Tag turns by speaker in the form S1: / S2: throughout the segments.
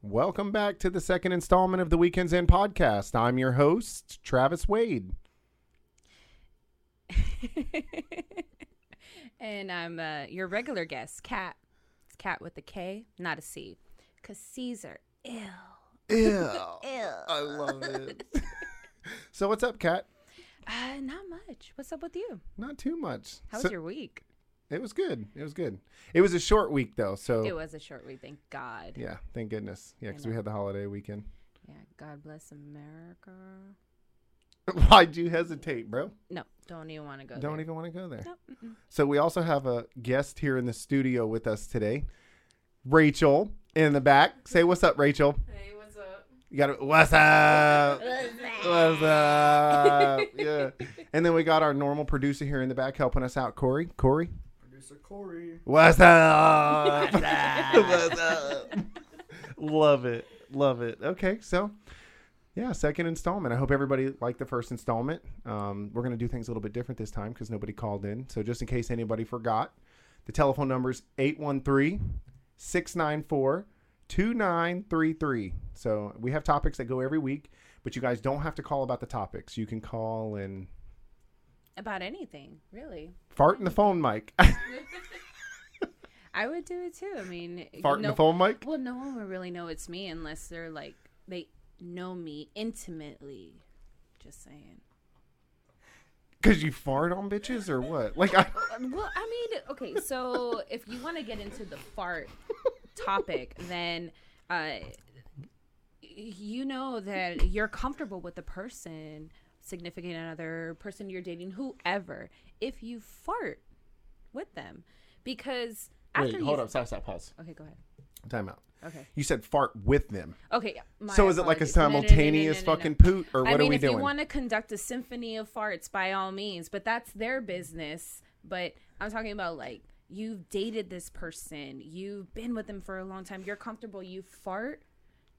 S1: Welcome back to the second installment of the Weekends End podcast. I'm your host, Travis Wade.
S2: and I'm uh, your regular guest, Cat. It's Cat with a K, not a C. Because Caesar, ew.
S1: Ew. I love it. so what's up, Kat?
S2: Uh, not much. What's up with you?
S1: Not too much.
S2: How was
S1: So-
S2: your week?
S1: It was good. It was good. It was a short week though, so
S2: It was a short week, thank God. Yeah,
S1: Oh. yeah, thank goodness. Yeah,
S2: I
S1: because we
S2: know.
S1: had the holiday weekend.
S2: God bless America.
S1: Why'd you hesitate, bro?
S2: No, don't even want to go
S1: Don't
S2: there.
S1: even want to go there.
S2: Nope, mm-mm.
S1: So we also have a guest here in the studio with us today, Rachel in the back. Say what's up, Rachel.
S3: Hey, what's up?
S1: You got to what's up? What's up? yeah. And then we got our normal producer here in the back helping us out, Corey. Corey.
S3: Producer Corey.
S1: What's up? What's up? Love it. Love it. Okay, so yeah, second installment. I hope everybody liked the first installment. Um, we're going to do things a little bit different this time because nobody called in. So just in case anybody forgot, the telephone number is 813-694-2933. So we have topics that go every week, but you guys don't have to call about the topics. You can call and
S2: About anything, really.
S1: fart in the phone mic.
S2: I would do it too. I mean,
S1: fart in
S2: no,
S1: the phone mic.
S2: Well, no one would really know it's me unless they're like, they know me intimately. Just saying.
S1: Cause you fart on bitches or what? Like I
S2: Well, I mean, okay, so if you want to get into the fart topic, then uh, you know that you're comfortable with the person, significant other, person you're dating, whoever, if you fart with them. Because after
S1: Wait,
S2: you.
S1: hold up, stop, stop, pause.
S2: Okay, go ahead.
S1: Time out.
S2: Okay.
S1: You said fart with them.
S2: Okay. yeah, my
S1: so is it like a
S2: apologies. No, no, no, no, no, no,
S1: simultaneous
S2: no, no.
S1: fucking poot or what
S2: I mean,
S1: are we
S2: if
S1: doing?
S2: you want to conduct a symphony of farts, by all means, but that's their business. But I'm talking about like you've dated this person, you've been with them for a long time, you're comfortable, you fart,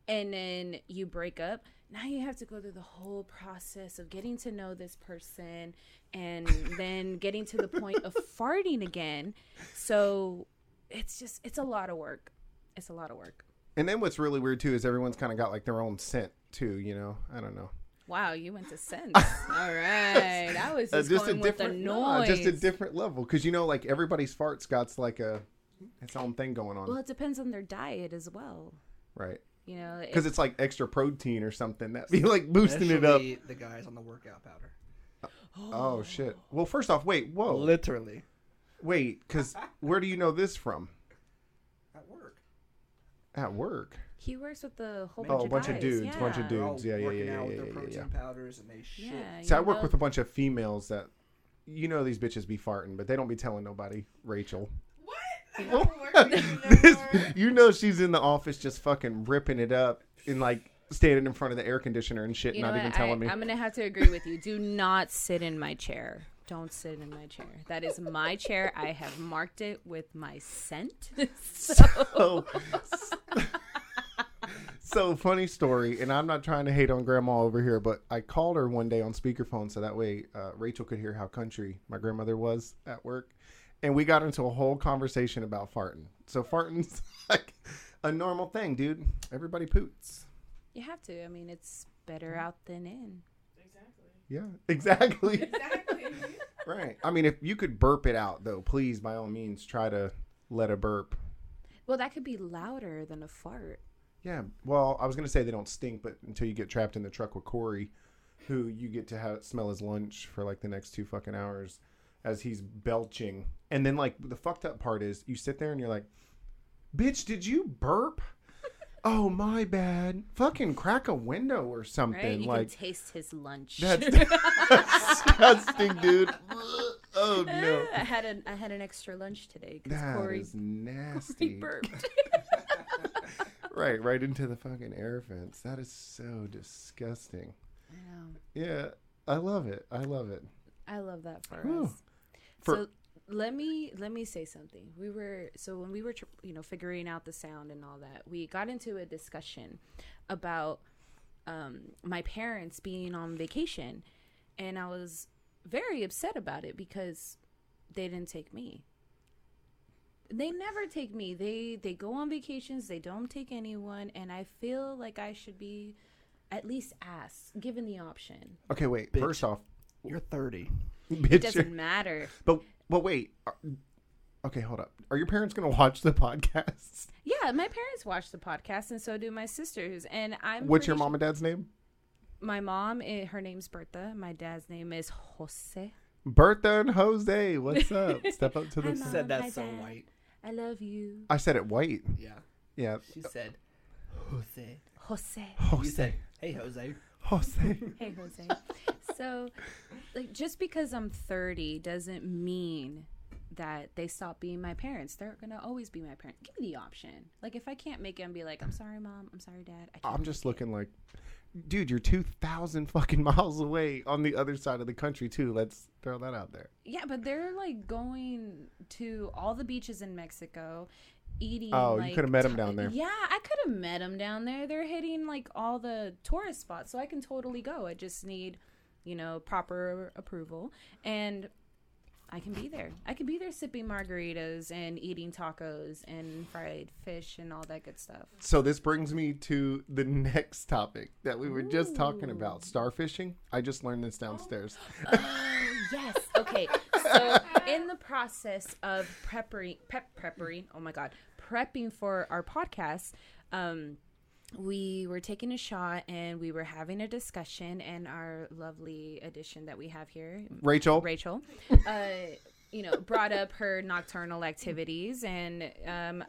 S2: and then you break up. Now you have to go through the whole process of getting to know this person and then getting to the point of farting again. So it's just, it's a lot of work. It's a lot of work.
S1: and then what's really weird too is everyone's kind of got like their own scent too, you know? I don't know.
S2: Wow, you went to sense. All right, I was
S1: Uh,
S2: just, going with the
S1: different
S2: noise.
S1: no, just a different level cuz you know like everybody's farts got like a its own thing going on,
S2: well, it depends on their diet as well.
S1: right?
S2: You know,
S1: Cuz it's like extra protein or something that be like boosting it up.
S3: Especially The guys on the workout powder.
S1: Oh shit. Well, first off, wait, whoa.
S3: Literally.
S1: wait, cuz where do you know this from?
S3: At work.
S1: At work.
S2: he works with the whole bunch
S1: Oh, a
S2: of
S1: bunch
S2: guys.
S1: of dudes,
S2: yeah.
S1: bunch of
S3: They're
S1: dudes.
S3: all
S1: Yeah, yeah,
S3: working
S1: yeah, yeah,
S3: out with their
S1: yeah, yeah,
S3: protein
S1: yeah.
S3: powders and they shit.
S2: Yeah,
S1: See, I
S2: you
S1: work
S2: know-
S1: with a bunch of females that, you know, these bitches be farting, but they don't be telling nobody. Rachel,
S4: What?
S1: This- you know, she's in the office just fucking ripping it up and like standing in front of the air conditioner and shit,
S2: You
S1: not
S2: know
S1: even
S2: what?
S1: telling
S2: I,
S1: me.
S2: I'm gonna have to agree with you. Do not sit in my chair. Don't sit in my chair. That is my chair. I have marked it with my scent. So,
S1: so, so funny story, and I'm not trying to hate on Grandma over here, but I called her one day on speakerphone so that way uh, Rachel could hear how country my grandmother was at work, and we got into a whole conversation about farting. So farting's like a normal thing, dude. Everybody poots.
S2: you have to. I mean, it's better out than in.
S1: Yeah, exactly.
S4: Exactly.
S1: right. I mean, if you could burp it out though, please by all means try to let a burp.
S2: Well, that could be louder than a fart.
S1: Yeah. Well, I was gonna say they don't stink, but until you get trapped in the truck with Corey, who you get to have smell his lunch for like the next two fucking hours as he's belching. And then like the fucked up part is you sit there and you're like, Bitch, did you burp? Oh my bad. Fucking crack a window or something.
S2: Right? you
S1: like
S2: can taste his lunch.
S1: that's disgusting, dude. Oh no.
S2: I had an I had an extra lunch today because
S1: That is
S2: Corey, Corey
S1: nasty.
S2: burped.
S1: Right, right into the fucking air vents. That is so disgusting.
S2: I know.
S1: Yeah, I love it. I love it.
S2: I love that for
S1: Whew.
S2: us.
S1: For-
S2: so let me let me say something. We were so when we were tr- you know figuring out the sound and all that, we got into a discussion about um, my parents being on vacation, and I was very upset about it because they didn't take me. They never take me. They they go on vacations. They don't take anyone, and I feel like I should be at least asked, given the option.
S1: Okay, wait.
S3: Bitch.
S1: First off,
S3: You're 30.
S2: It
S1: bitch.
S2: doesn't matter.
S1: But but wait. Are- Okay, hold up. Are your parents gonna watch the podcast?
S2: Yeah, my parents watch the podcast, and so do my sisters. And I'm.
S1: What's your
S2: pretty
S1: mom and dad's name?
S2: su- my mom. i- her name's Bertha. My dad's name is Jose.
S1: Bertha and Jose. What's up? Step up to
S2: Hi,
S1: the.
S2: Mom.
S1: s-
S2: Oh,
S3: Said
S2: my
S3: that so
S2: dad.
S3: white.
S2: I love you,
S1: I said it white.
S3: Yeah.
S1: Yeah.
S3: She said, Jose.
S2: Jose.
S3: You
S1: Jose.
S3: said, hey, Jose.
S1: Jose.
S2: Hey, Jose. so, like, just because I'm 30 doesn't mean that they stop being my parents. They're gonna always be my parents. Give me the option. Like, if I can't make it, and be like, I'm sorry, mom. I'm sorry, dad. I can't
S1: I'm just looking like, dude, you're two thousand fucking miles away on the other side of the country too. Let's throw that out there.
S2: Yeah, but they're like going to all the beaches in Mexico, eating.
S1: Oh, you
S2: like,
S1: coulda met 'em
S2: ti-
S1: down there.
S2: Yeah, I could have met them down there. They're hitting like all the tourist spots, so I can totally go. I just need, you know, proper approval, and I can be there. I could be there sipping margaritas and eating tacos and fried fish and all that good stuff.
S1: So this brings me to the next topic that we were just talking about: starfishing. I just learned
S2: Oh.
S1: this downstairs.
S2: Yes. Okay. So in the process of prepping, pep prepping. Oh my god, prepping for our podcast. Um, we were taking a shot and we were having a discussion, and our lovely addition that we have here,
S1: Rachel,
S2: Rachel, uh, you know, brought up her nocturnal activities, and um,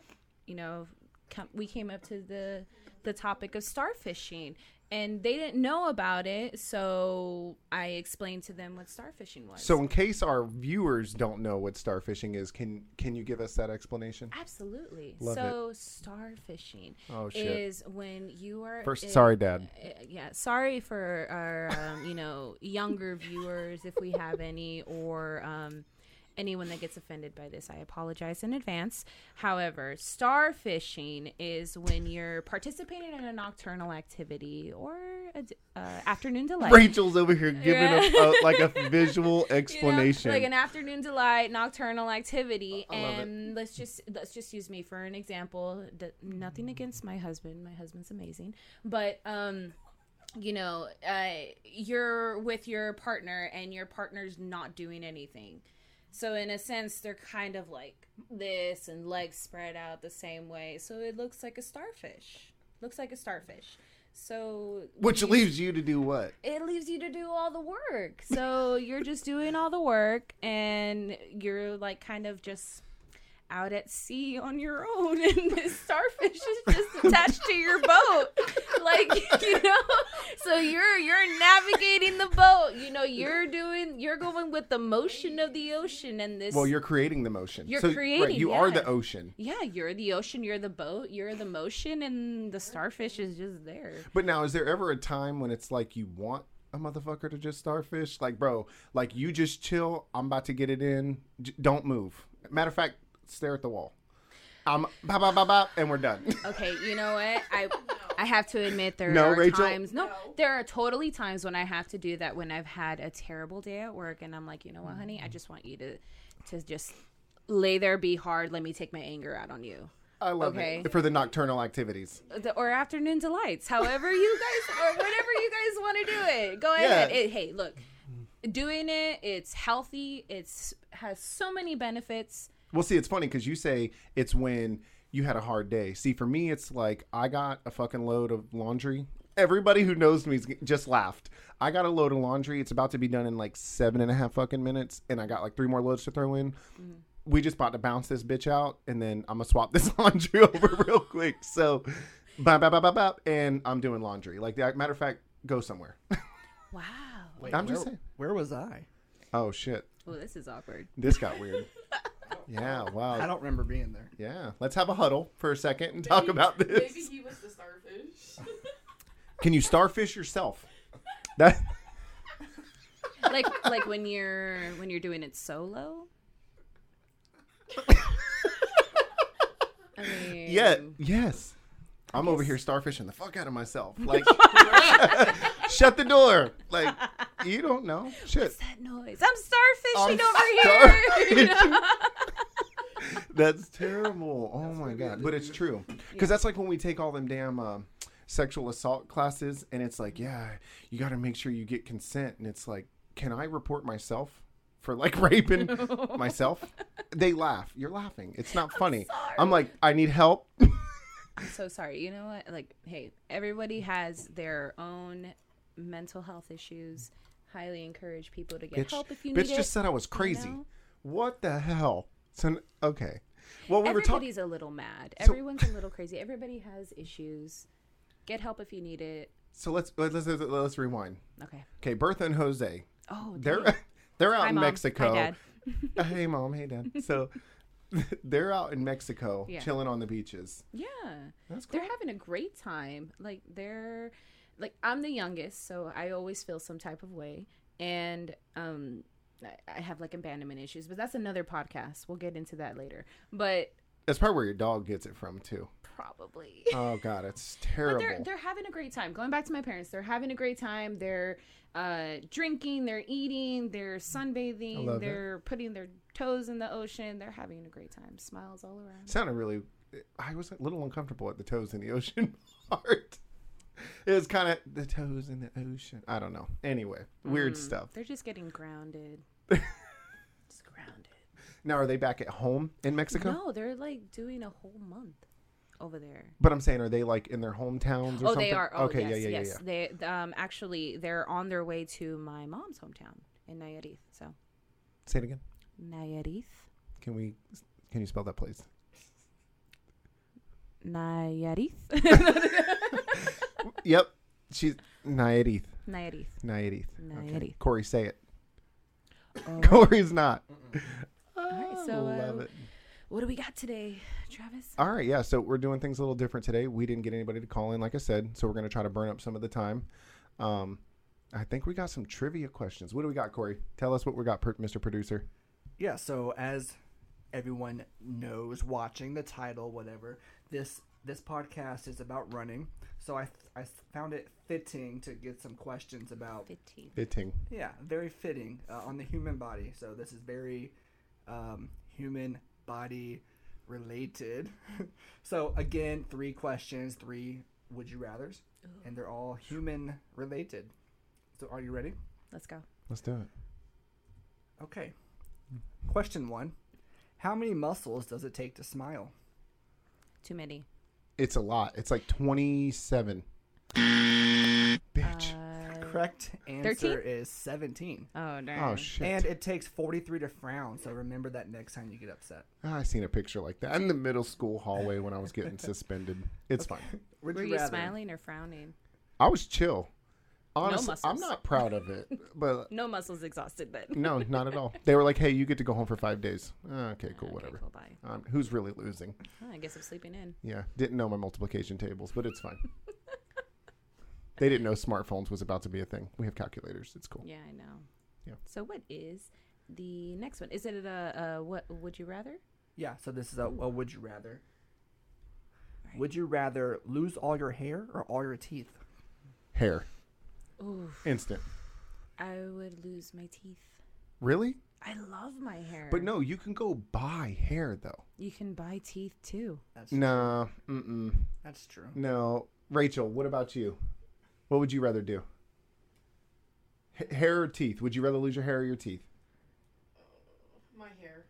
S2: you know, com- we came up to the the topic of starfishing, and they didn't know about it, so I explained to them what starfishing was.
S1: So, in case our viewers don't know what starfishing is, can can you give us that explanation?
S2: Absolutely.
S1: Love
S2: so starfishing
S1: Oh, shit.
S2: is when you are
S1: First,
S2: in-
S1: sorry, Dad.
S2: uh, yeah sorry for our um, you know younger viewers if we have any or um, anyone that gets offended by this i apologize in advance however starfishing is when you're participating in a nocturnal activity or a d- uh, afternoon delight
S1: Rachel's over here giving a, a- like a visual
S2: you know,
S1: explanation.
S2: like an afternoon delight, nocturnal activity,
S1: I love it.
S2: and let's just let's just use me for an example. D- nothing against my husband; my husband's amazing, but um, you know, uh, you're with your partner, and your partner's not doing anything. So in a sense, they're kind of like this, and legs spread out the same way. So it looks like a starfish. Looks like a starfish. So
S1: Which
S2: you-
S1: leaves you to do what?
S2: it leaves you to do all the work. So you're just doing all the work and you're like kind of just out at sea on your own and this starfish is just attached to your boat. Like, you know. So you're you're navigating the boat. You know, you're doing you're going with the motion of the ocean and this
S1: Well, you're creating the motion.
S2: You're
S1: right,
S2: creating,
S1: you are
S2: yeah.
S1: the ocean.
S2: yeah, you're the ocean, you're the boat, you're the motion, and the starfish is just there.
S1: But now, is there ever a time when it's like you want a motherfucker to just starfish? Like, bro, like you just chill. I'm about to get it in. J- don't move. Matter of fact, stare at the wall. I'm bop bop bop bop, and we're done.
S2: Okay, you know what? I I have to admit there
S1: No,
S2: are
S1: Rachel.
S2: times no, there are totally times when I have to do that when I've had a terrible day at work and I'm like, you know what, honey, I
S1: Mm-hmm.
S2: just want you to to just lay there, be hard, let me take my anger out on you.
S1: I love
S2: Okay.
S1: it for the nocturnal activities.
S2: The, or afternoon delights, however you guys or whatever you guys want to do it. Go ahead.
S1: Yeah.
S2: It- hey, look, doing it, it's healthy. It's has so many benefits.
S1: Well, see, it's funny because you say it's when you had a hard day. See, for me, it's like I got a fucking load of laundry. Everybody who knows me just laughed. I got a load of laundry. It's about to be done in like seven and a half fucking minutes, and I got like three more loads to throw in. We just about to bounce this bitch out, and then I'm gonna swap this laundry over real quick. So, bop, bop, bop, bop, bop, and I'm doing laundry. Like, that, matter of fact, go somewhere.
S2: Wow.
S3: Wait,
S1: I'm just
S3: where-
S1: saying.
S3: Where was I?
S1: oh shit,
S2: Oh, this is awkward.
S1: this got weird. Yeah,
S3: I
S1: wow.
S3: don't remember being there.
S1: Yeah, let's have a huddle for a second and talk about this.
S4: Maybe he was the starfish.
S1: Can you starfish yourself? That
S2: like like when you're when you're doing it solo. I mean,
S1: yeah, yes. I'm over here starfishing the fuck out of myself. Like, shut the door. Like, you don't know shit.
S2: What's that noise? I'm starfishing
S1: I'm
S2: over here.
S1: starfishing. That's terrible. Oh
S4: That's
S1: my
S4: what
S1: god.
S4: we
S1: But
S4: do.
S1: it's true. Because
S2: Yeah.
S1: that's like when we take all them damn um, sexual assault classes, and it's like, yeah, you got to make sure you get consent, and it's like, can I report myself for like raping myself? They laugh. You're laughing. It's not funny.
S2: sorry.
S1: I'm like, I need help.
S2: I'm so sorry. You know what? Like, hey, everybody has their own mental health issues. Highly encourage people to get
S1: bitch
S2: help if you
S1: bitch
S2: need
S1: just
S2: it.
S1: said I was crazy.
S2: know?
S1: What the hell? So n- okay. Well, we were talking.
S2: Everybody's a little mad. Everyone's a little crazy. Everybody has issues. Get help if you need it.
S1: So let's let's let's, let's rewind.
S2: Okay.
S1: Okay, Bertha and Jose.
S2: Oh,
S1: They're
S2: dang.
S1: they're out
S2: Hi,
S1: in
S2: Mom. Hi,
S1: Mexico.
S2: Dad.
S1: Uh, hey mom, hey dad. So they're out in Mexico
S2: Yeah.
S1: chilling on the beaches.
S2: yeah.
S1: That's cool.
S2: They're having a great time. Like they're like I'm the youngest, so I always feel some type of way. And um I- I have like abandonment issues, but that's another podcast. We'll get into that later. But
S1: That's probably where your dog gets it from too.
S2: probably
S1: Oh god, it's
S2: But
S1: terrible.
S2: they're they're having a great time. Going back to my parents, they're having a great time. They're uh, drinking, they're eating, they're
S1: I
S2: sunbathing,
S1: love it.
S2: they're putting their toes in the ocean. They're having a great time. Smiles all around.
S1: Sounded really. I was a little uncomfortable at the toes in the ocean part. It was kind of the toes in the ocean. I don't know. Anyway,
S2: Mm.
S1: weird stuff.
S2: They're just getting grounded. just grounded.
S1: Now are they back at home in Mexico?
S2: No, they're like doing a whole month over there.
S1: But I'm saying, are they like in their hometowns or
S2: Oh,
S1: something?
S2: they are. Oh,
S1: okay,
S2: yes,
S1: yeah, yeah,
S2: yes.
S1: yeah,
S2: They um actually they're on their way to my mom's hometown in Nayarit. So
S1: yeah. Say it again.
S2: Nayarit,
S1: Can we? Can you spell that, please?
S2: Nayarit,
S1: yep. She's Nairith.
S2: Nayarit,
S1: Nairith. Okay.
S2: Nayarit.
S1: Corey, say it.
S2: Oh.
S1: Corey's not.
S2: right,
S1: Oh,
S2: so,
S1: love
S2: uh,
S1: it.
S2: What do we got today, Travis?
S1: All right, yeah. So we're doing things a little different today. We didn't get anybody to call in, like I said. So we're gonna try to burn up some of the time. Um, I think we got some trivia questions. What do we got, Corey? Tell us what we got, per- Mr. Producer.
S3: Yeah, so as everyone knows watching the title whatever, this this podcast is about running. So I I found it fitting to get some questions about
S2: 15.
S1: Fitting.
S3: yeah, very fitting uh, on the human body. So this is very um, human body related. so again, three questions, three would you rather's, and they're all human related. So are you ready?
S2: Let's go.
S1: Let's do it.
S3: Okay. Question one: How many muscles does it take to smile?
S2: Too many.
S1: It's a lot. It's like twenty-seven. Bitch.
S2: Uh,
S3: Correct answer is seventeen.
S2: oh, darn.
S1: oh shit.
S3: And it takes 43 to frown, so remember that next time you get upset.
S1: Ah, I seen a picture like that in the middle school hallway when I was getting suspended. It's fine.
S3: Would
S2: Were you
S3: rather-
S2: smiling or frowning?
S1: I was chill. Honestly, I'm
S2: muscles.
S1: not proud of it, but
S2: No muscles exhausted, but.
S1: no, not at all. They were like, "Hey, you get to go home for five days." Ah, Okay, cool,
S2: Okay,
S1: whatever.
S2: cool, bye.
S1: Um, who's really losing?
S2: Huh, I guess I'm sleeping in.
S1: Yeah, didn't know my multiplication tables, but it's fine. they didn't know smartphones was about to be a thing. We have calculators. It's cool.
S2: Yeah, I know.
S1: Yeah.
S2: So, what is the next one? Is it a, a what would you rather?
S3: Yeah, so this is a, a would you rather.
S2: Right.
S3: Would you rather lose all your hair or all your teeth?
S1: Hair,
S2: Ooh,
S1: instant.
S2: I would lose my teeth.
S1: Really?
S2: I love my hair.
S1: But no, you can go buy hair though.
S2: You can buy teeth too.
S3: That's
S1: Nah, mm-mm,
S3: that's true.
S1: no. Rachel, what about you? What would you rather do? H- hair or teeth? Would you rather lose your hair or your teeth?
S4: My hair.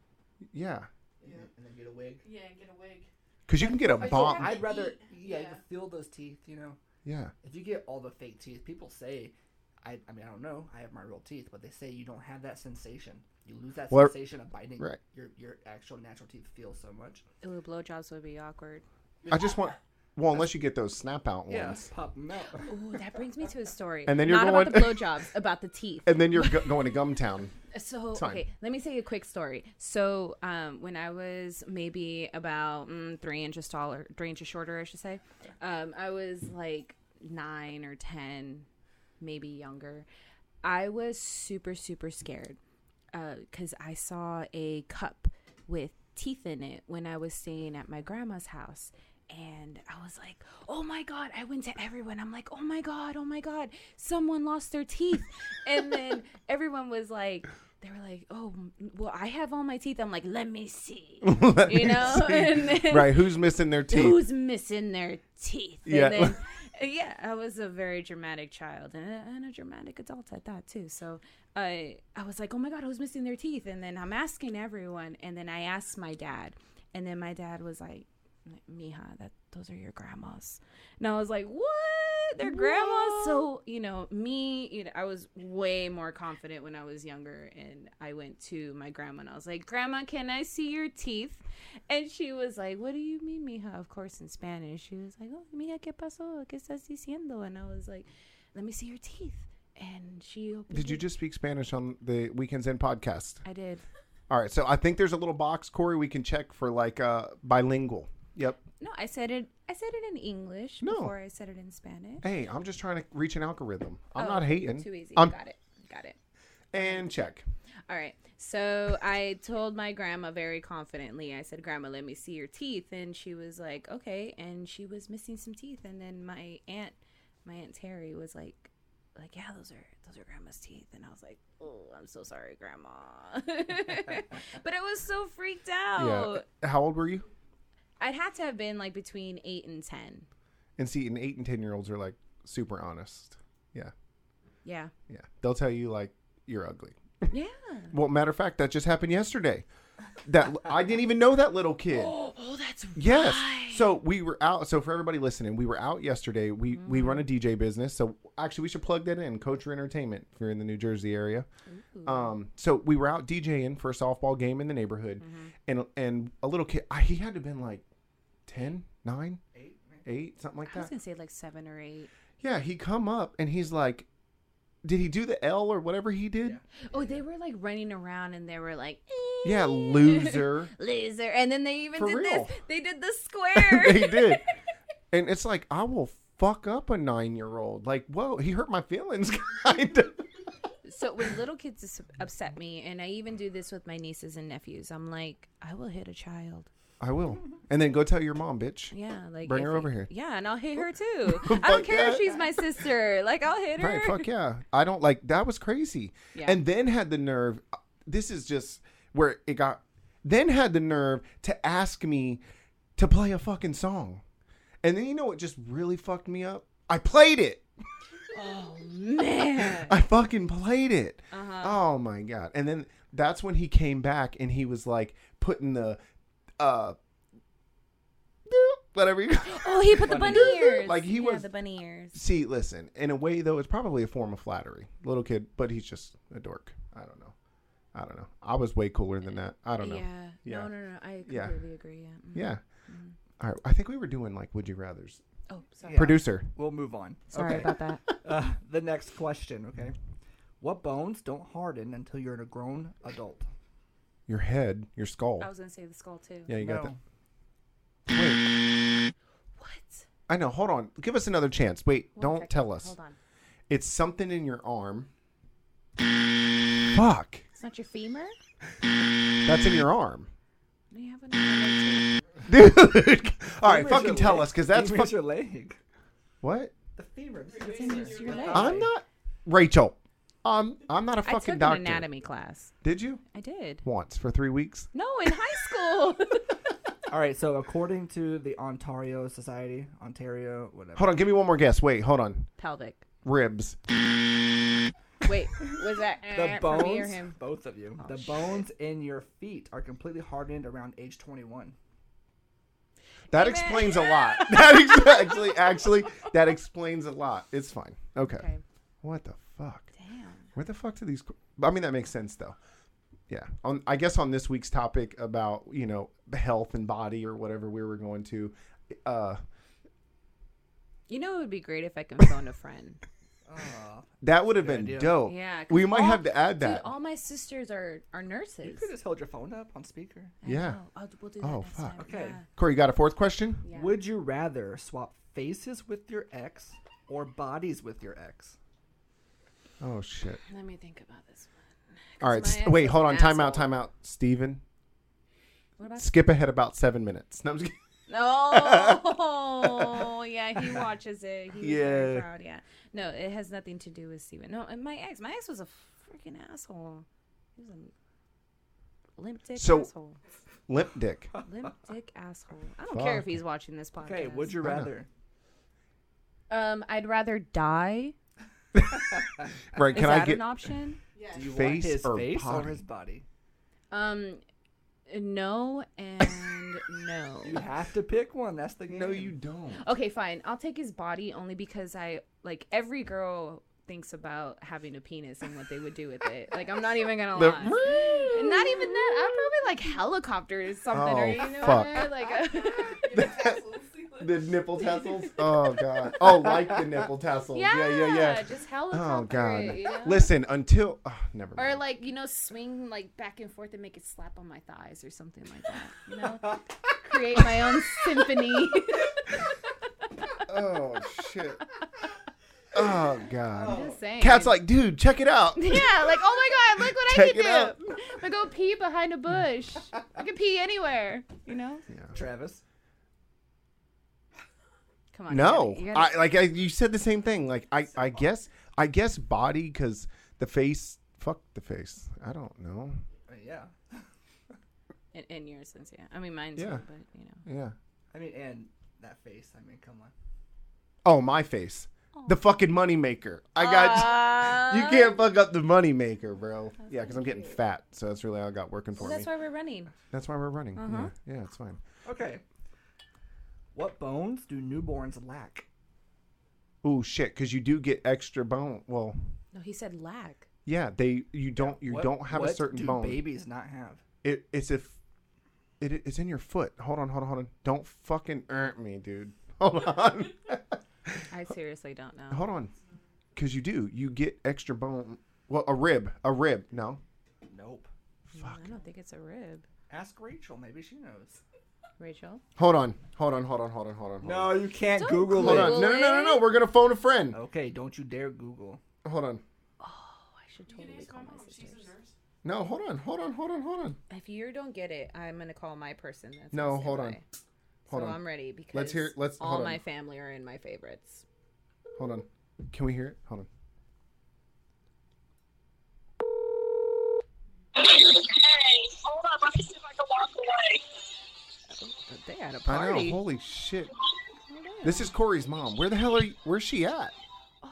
S1: Yeah.
S4: Yeah.
S3: And then get a wig.
S4: Yeah, get a wig.
S1: Because you can get a
S4: I don't
S1: bomb.
S4: have-
S3: I'd rather
S4: Eat,
S3: yeah, you
S4: yeah.
S3: can feel those teeth, you know.
S1: Yeah.
S3: If you get all the fake teeth, people say I, I mean I don't know, I have my real teeth, but they say you don't have that sensation. You lose that
S1: Well,
S3: sensation of biting
S1: right.
S3: your your actual natural teeth feel so much.
S2: Ooh, blowjobs would be awkward.
S1: I just want. Well, unless you get those snap out ones.
S3: Yeah. Pop 'em out.
S2: Ooh, that brings me to a story.
S1: And then you're
S2: Not about the
S1: going-
S2: blowjobs, about the teeth.
S1: And then you're go- going to Gumtown.
S2: So
S1: It's fine.
S2: okay, let me tell you a quick story. So um, when I was maybe about mm, three inches taller, three inches shorter, I should say, um, I was like nine or ten, maybe younger. I was super super scared because uh, I saw a cup with teeth in it when I was staying at my grandma's house. And I was like, oh my God. I went to everyone. I'm like, oh my God, oh my God, someone lost their teeth. and then everyone was like, they were like, "Oh, m- well, I have all my teeth." I'm like, "Let me see,"
S1: Let
S2: you
S1: me
S2: know,
S1: see.
S2: and then
S1: right? Who's missing their teeth?
S2: who's missing their teeth? And
S1: Yeah.
S2: then, uh, yeah, I was a very dramatic child and a, and a dramatic adult at that too. So I I was like, "Oh my god, who's missing their teeth?" And then I'm asking everyone, and then I asked my dad, and then my dad was like, "Mija, that those are your grandmas," and I was like, "What?" Their grandmas. So you know, me, you know, I was way more confident when I was younger, and I went to my grandma and I was like, "Grandma, can I see your teeth?" And she was like, "What do you mean, mija?" Of course, in Spanish, she was like, "Oh, mija, qué pasó? ¿Qué estás diciendo?" And I was like, "Let me see your teeth." And she opened.
S1: Did you
S2: it.
S1: just speak Spanish on the Weekends End podcast?
S2: I did.
S1: All right, so I think there's a little box, Corey, we can check for like uh, bilingual. Yep.
S2: No, I said it. I said it in English
S1: No.
S2: before I said it in Spanish.
S1: Hey, I'm just trying to reach an algorithm. I'm
S2: Oh,
S1: not hating.
S2: Too easy.
S1: I'm-
S2: Got it. Got it.
S1: and check.
S2: All right. So I told my grandma very confidently. I said, "Grandma, let me see your teeth," and she was like, "Okay." And she was missing some teeth. And then my aunt, my aunt Terry, was like, "Like, yeah, those are those are Grandma's teeth." And I was like, "Oh, I'm so sorry, Grandma," but I was so freaked out.
S1: Yeah. How old were you?
S2: I'd have to have been like between eight and ten.
S1: And see, and eight and ten year olds are like super honest. Yeah,
S2: Yeah.
S1: yeah. They'll tell you like you're ugly.
S2: Yeah.
S1: Well, matter of fact, that just happened yesterday. That I didn't even know that little kid.
S2: Oh, oh that's
S1: Yes.
S2: right.
S1: So we were out. So for everybody listening, we were out yesterday. We we run a DJ business. So actually, we should plug that in. Coacher Entertainment. If you're in the New Jersey area,
S2: Mm-hmm.
S1: um, so we were out DJing for a softball game in the neighborhood, and and a little kid. I, he had to have been like 10, 9,
S3: Eight, maybe?
S1: 8, something like
S2: I was
S1: that.
S2: gonna say like seven or eight.
S1: Yeah. He come up and he's like, "Did he do the L or whatever he did?"
S2: Oh, they were like running around and they were like,
S1: Yeah, loser.
S2: loser. And then they even
S1: For
S2: did
S1: real.
S2: this. They did the square.
S1: they did. And it's like, I will fuck up a nine year old. Like, whoa, he hurt my feelings, kind of.
S2: so when little kids dis- upset me, and I even do this with my nieces and nephews, I'm like, I will hit a child.
S1: I will. And then go tell your mom, bitch.
S2: Yeah, like
S1: Bring
S2: if
S1: her
S2: I-
S1: over here.
S2: Yeah, and I'll hit her too. I
S1: Fuck
S2: don't care
S1: yeah.
S2: if she's my sister. Like I'll hit her.
S1: Right, fuck yeah. I don't like that was crazy.
S2: Yeah.
S1: And then had the nerve uh, this is just where it got then had the nerve to ask me to play a fucking song. And then you know what just really fucked me up? I played it.
S2: Oh man.
S1: I fucking played it.
S2: Uh-huh.
S1: Oh my god! And then that's when he came back and he was like putting the uh doop, whatever you
S2: Oh, he put the bunny ears.
S1: Like, he
S2: yeah,
S1: was-
S2: the bunny ears.
S1: see. Listen, in a way though, it's probably a form of flattery. Little kid, but he's just a dork. I don't know. I don't know. I was way cooler than that. I don't know.
S2: Yeah.
S1: Yeah. Yeah.
S2: No, no, no. I completely
S1: Yeah.
S2: agree. Yeah. Mm.
S1: All right. I think we were doing like would you rather's
S2: Oh, sorry.
S3: Yeah.
S1: producer.
S3: We'll move on.
S2: Sorry
S3: okay.
S2: about that.
S3: Uh, the next question, okay? What bones don't harden until you're a grown adult?
S1: Your head, your skull.
S2: I was gonna say the skull too.
S1: yeah, you got
S3: No.
S1: that. Wait,
S2: What?
S1: I know. Hold on. Give us another chance. Wait,
S2: One
S1: don't
S2: second.
S1: tell us.
S2: Hold on.
S1: It's something in your arm. Fuck.
S2: It's not your femur?
S1: That's in your arm.
S2: Do you have another one, too?
S1: Dude. All right,
S3: Femur's
S1: fucking
S3: your
S1: tell
S3: leg.
S1: us because that's
S3: Femur's
S1: fuck-
S3: your leg.
S1: what?
S3: The femur.
S4: It's
S2: in your- your leg.
S1: I'm not Rachel. I'm I'm not a
S2: I
S1: fucking
S2: took
S1: doctor.
S2: an anatomy class.
S1: Did you?
S2: I did.
S1: Once for 3 weeks.
S2: No, in high school.
S3: All right, so according to the Ontario Society, Ontario, whatever.
S1: Hold on, give me one more guess. Wait, hold on.
S2: Pelvic.
S1: Ribs.
S2: Wait, was that
S3: the
S2: eh,
S3: bones,
S2: for me or him?
S3: both of you, the bones in your feet are completely hardened around age 21.
S1: That explains a lot. That ex- actually actually that explains a lot. It's fine. Okay.
S2: Okay.
S1: What the fuck?
S2: Damn.
S1: Where the fuck do these? I mean, that makes sense though. Yeah. On I guess on this week's topic about you know health and body or whatever we were going to, uh,
S2: You know it would be great if I can phone a friend.
S3: Oh,
S1: that would have
S3: Good
S1: been
S3: idea.
S1: dope.
S2: Yeah. 'cause
S1: We might
S2: all-
S1: have to add that.
S2: Dude, all my sisters are, are
S3: you
S2: nurses.
S3: could just hold your phone up on speaker.
S2: I
S1: Yeah.
S2: know. I'll, we'll do that
S1: Oh,
S2: next
S1: fuck.
S2: time.
S3: Okay.
S2: Yeah.
S1: Corey, you got a fourth question?
S2: yeah.
S3: Would you rather swap faces with your ex or bodies with your ex?
S1: Oh shit!
S2: Let me think about this one.
S1: All right.
S2: my
S1: s-
S2: ex
S1: wait,
S2: was
S1: hold
S2: an
S1: on. Time out.
S2: asshole.
S1: Time out. Steven,
S2: What about
S1: skip ahead about seven minutes. No, I'm just kidding.
S2: No, yeah, he watches it. He was very
S1: Yeah.
S2: proud. Yeah, no, it has nothing to do with Steven. No, and my ex, my ex was a freaking asshole. He was a limp dick
S1: So-
S2: asshole.
S1: Limp dick.
S2: Limp dick asshole. I don't care if
S1: Fuck.
S2: he's watching this podcast.
S3: Okay, would you
S1: Why not?
S3: rather?
S2: Um, I'd rather die.
S1: Right?
S2: Is
S1: Can
S2: that
S1: I get
S2: an option?
S4: Yes.
S3: Do you
S1: Face
S3: want his
S1: or
S3: face
S1: body?
S3: or his body?
S2: Um, no and no.
S3: You have to pick one. That's the game.
S1: No, you don't.
S2: Okay, fine. I'll take his body only because I like every girl thinks about having a penis and what they would do with it. Like I'm not even gonna
S1: The-
S2: lie. And not even that. I'd probably like helicopter or something,
S1: Oh,
S2: or you know,
S1: fuck.
S2: what I mean? like
S4: Give it tassels.
S1: The nipple tassels? Oh god. Oh, like the nipple tassels.
S2: yeah,
S1: Oh, yeah, yeah. yeah.
S2: just helicopter.
S1: Oh god.
S2: It, you know?
S1: Listen, until oh, never
S2: or
S1: mind.
S2: like you know, swing like back and forth and make it slap on my thighs or something like that. You know, create my own symphony.
S1: oh shit. Oh
S2: I'm
S1: god.
S2: just saying.
S1: Cat's like, dude, check it out.
S2: Yeah, like oh my god, look what I
S1: Check
S2: can
S1: it out.
S2: do. I go pee behind a bush. I can pee anywhere. You know?
S3: Travis.
S2: Come on.
S1: No,
S2: you gotta- you gotta-
S1: I like I, you said the same thing. Like I, I guess, I guess body because the face. Fuck the face. I don't know.
S3: Uh, Yeah.
S2: in, in your sense, yeah. I mean, mine's
S1: Yeah.
S2: yeah. but you know.
S1: Yeah.
S3: I mean, and that face. I mean, come on.
S1: Oh, my face. The fucking moneymaker. I got.
S2: Uh,
S1: you can't fuck up the moneymaker, bro. Yeah, because I'm getting fat, so that's really all I got working for me.
S2: That's why we're running.
S1: that's why we're running.
S2: Uh-huh.
S1: Yeah, yeah, it's fine.
S3: Okay. What bones do newborns lack?
S1: Oh shit, because you do get extra bone. Well,
S2: No, he said lack.
S1: yeah, they. You don't. You
S3: What-
S1: don't have a
S3: what
S1: certain
S3: do
S1: bone.
S3: Babies not have.
S1: It. It's if. It, it's in your foot. Hold on, hold on, hold on. Don't fucking hurt me, dude. Hold on.
S2: I seriously don't know.
S1: Hold on, because you do. You get extra bone. Well, a rib, a rib. No,
S3: Nope.
S2: No, I don't think it's a rib.
S3: Ask Rachel. Maybe she knows.
S2: Rachel?
S1: hold on, hold on, hold on, hold on, hold on. hold on.
S3: No, you can't
S2: Don't
S3: Google,
S1: hold
S3: it.
S1: on. No, no, no, no, no. We're gonna phone a friend.
S3: Okay, don't you dare Google.
S1: Hold on.
S2: Oh, I should
S4: You can
S2: totally
S4: ask
S2: call
S4: my mom.
S2: my
S4: Oh, She's a
S2: sisters.
S4: nurse.
S1: No, hold on, hold on, hold on, hold on.
S2: If you don't get it, I'm going to call my person. That's
S1: No,
S2: gonna stand
S1: hold on.
S2: by.
S1: Hold
S2: so
S1: on.
S2: I'm ready because
S1: Let's hear- let's-
S2: all
S1: hold on.
S2: my family are in my favorites.
S1: Hold on. Can we hear it? Hold on.
S5: Hey, hold up. Let me see if I can walk away.
S2: They had a
S1: I know.
S2: party.
S1: Holy shit. This is Corey's mom. Where the hell are you? Where's she at?
S2: Oh,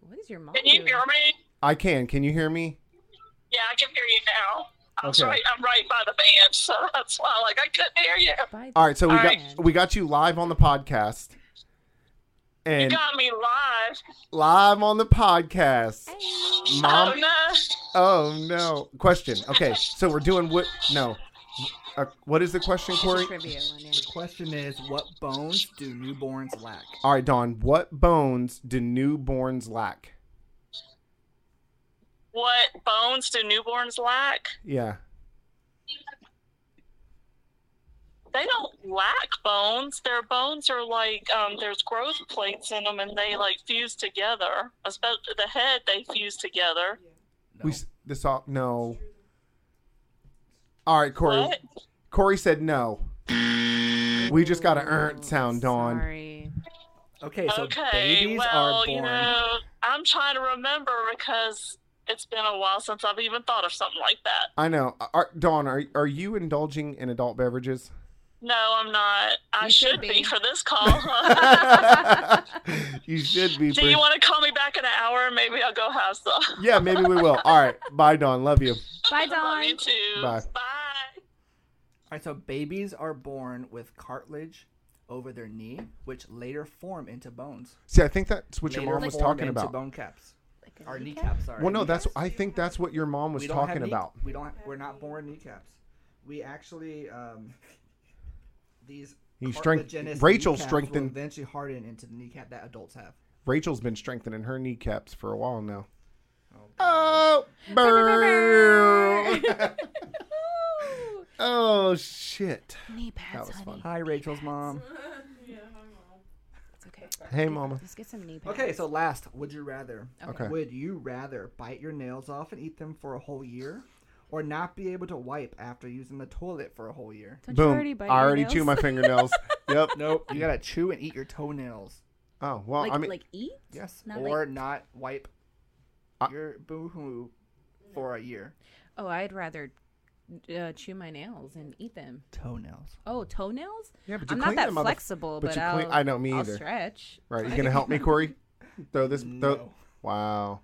S2: what is your mom
S5: Can you
S2: doing?
S5: hear me?
S1: I can. Can you hear me?
S5: Yeah, I can hear you now. I was
S1: Okay.
S5: right. I'm right by the band, so that's why. Like I couldn't hear you.
S2: By
S1: All right. So we
S5: All
S1: got
S5: right.
S1: we got you live on the podcast. And
S5: Got me live.
S1: live on the podcast,
S5: Oh
S1: mom.
S5: no.
S1: Oh no. Question. Okay. So we're doing what? No. Uh, what is the question, Corey?
S2: trivia one, yeah.
S3: Question is, what bones do newborns lack?
S1: All right, Don. What bones do newborns lack?
S5: What bones do newborns lack?
S1: Yeah.
S5: They don't lack bones. Their bones are like um, there's growth plates in them, and they like fuse together. Especially the head, they fuse together.
S3: No.
S1: We s- the saw.
S4: Oh.
S1: No. All right, Corey.
S5: What?
S1: Corey said no. We just got an ernt sound, Dawn.
S2: Sorry.
S3: okay, so
S5: Okay,
S3: babies
S5: well,
S3: are born.
S5: you know, I'm trying to remember because it's been a while since I've even thought of something like that.
S1: I know. Uh, Are, Dawn, are, are you indulging in adult beverages?
S5: No, I'm not. I
S2: You should
S5: should be.
S2: be.
S5: for this call.
S1: you should be.
S5: Do
S1: for-
S5: you want to call me back in an hour? and Maybe I'll go have some.
S1: yeah, maybe we will. All right. Bye, Dawn. Love you.
S2: Bye,
S5: Love you
S2: Dawn.
S5: too.
S1: Bye.
S5: Bye.
S3: All right, so babies are born with cartilage over their knee, which later form into bones.
S1: See, I think that's what your
S3: Later
S1: mom was
S3: form
S1: talking
S3: into
S1: about.
S3: Bone caps.
S2: Like
S3: Our
S2: a kneecap?
S3: kneecaps are.
S1: Well, no, that's. I think that's what your mom was talking about.
S3: We don't. We're not born kneecaps. We actually um, these.
S1: You strength-
S3: cartilaginous
S1: Rachel
S3: kneecaps will
S1: strengthened-
S3: Eventually harden into the kneecap that adults have.
S1: Rachel's been strengthening her kneecaps for a while now.
S3: Oh,
S1: Oh, burn.
S2: Ooh,
S1: oh shit.
S2: Knee pads,
S1: was
S2: honey.
S3: Hi, Rachel's mom.
S4: Yeah, my mom.
S2: It's okay.
S1: Hey, mama.
S2: Let's get some knee pads.
S3: Okay, so last, would you rather?
S1: Okay.
S3: Would you rather bite your nails off and eat them for a whole year, or not be able to wipe after using the toilet for a whole year?
S2: Don't you
S1: Boom.
S2: already bite
S1: I
S2: your
S1: already
S2: nails?
S1: chew my fingernails. yep.
S3: Nope. You gotta chew and eat your toenails.
S1: Oh well.
S2: Like,
S1: I mean,
S2: like eat?
S3: Yes.
S2: Not
S3: or not wipe
S1: I-
S3: your boohoo for a year.
S2: Oh, I'd rather uh, chew my nails and eat them.
S3: Toenails.
S2: Oh, toenails?
S1: Yeah, but you
S2: I'm
S1: clean
S2: not that
S1: them, mother-
S2: flexible,
S1: but
S2: but,
S1: you
S2: I'll,
S1: clean- I know, me
S2: I'll
S1: either.
S2: stretch.
S1: Right, you gonna help me, Corey? Throw this. Throw,
S3: No.
S1: wow.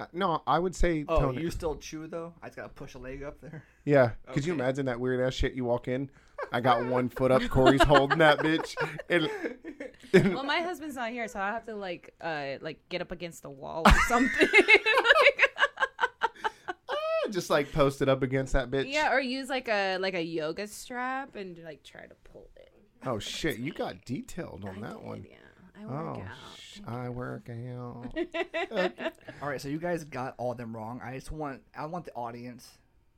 S1: Uh, No, I would say
S3: Oh,
S1: toenail.
S3: you still chew though? I just gotta push a leg up there.
S1: Yeah. Could you
S3: Okay.
S1: imagine that weird ass shit you walk in? I got one foot up, Corey's holding that bitch. And
S2: Well, my husband's not here, so I have to like, uh, like get up against the wall or something. Like,
S1: just like post it up against that bitch.
S2: yeah, or use like a like a yoga strap and like try to pull it.
S1: Oh shit, you got detailed on
S2: I
S1: that
S2: did,
S1: one.
S2: Yeah, I work
S1: Oh,
S2: out.
S1: sh- I work out.
S3: All right, so you guys got all them wrong. I just want I want the audience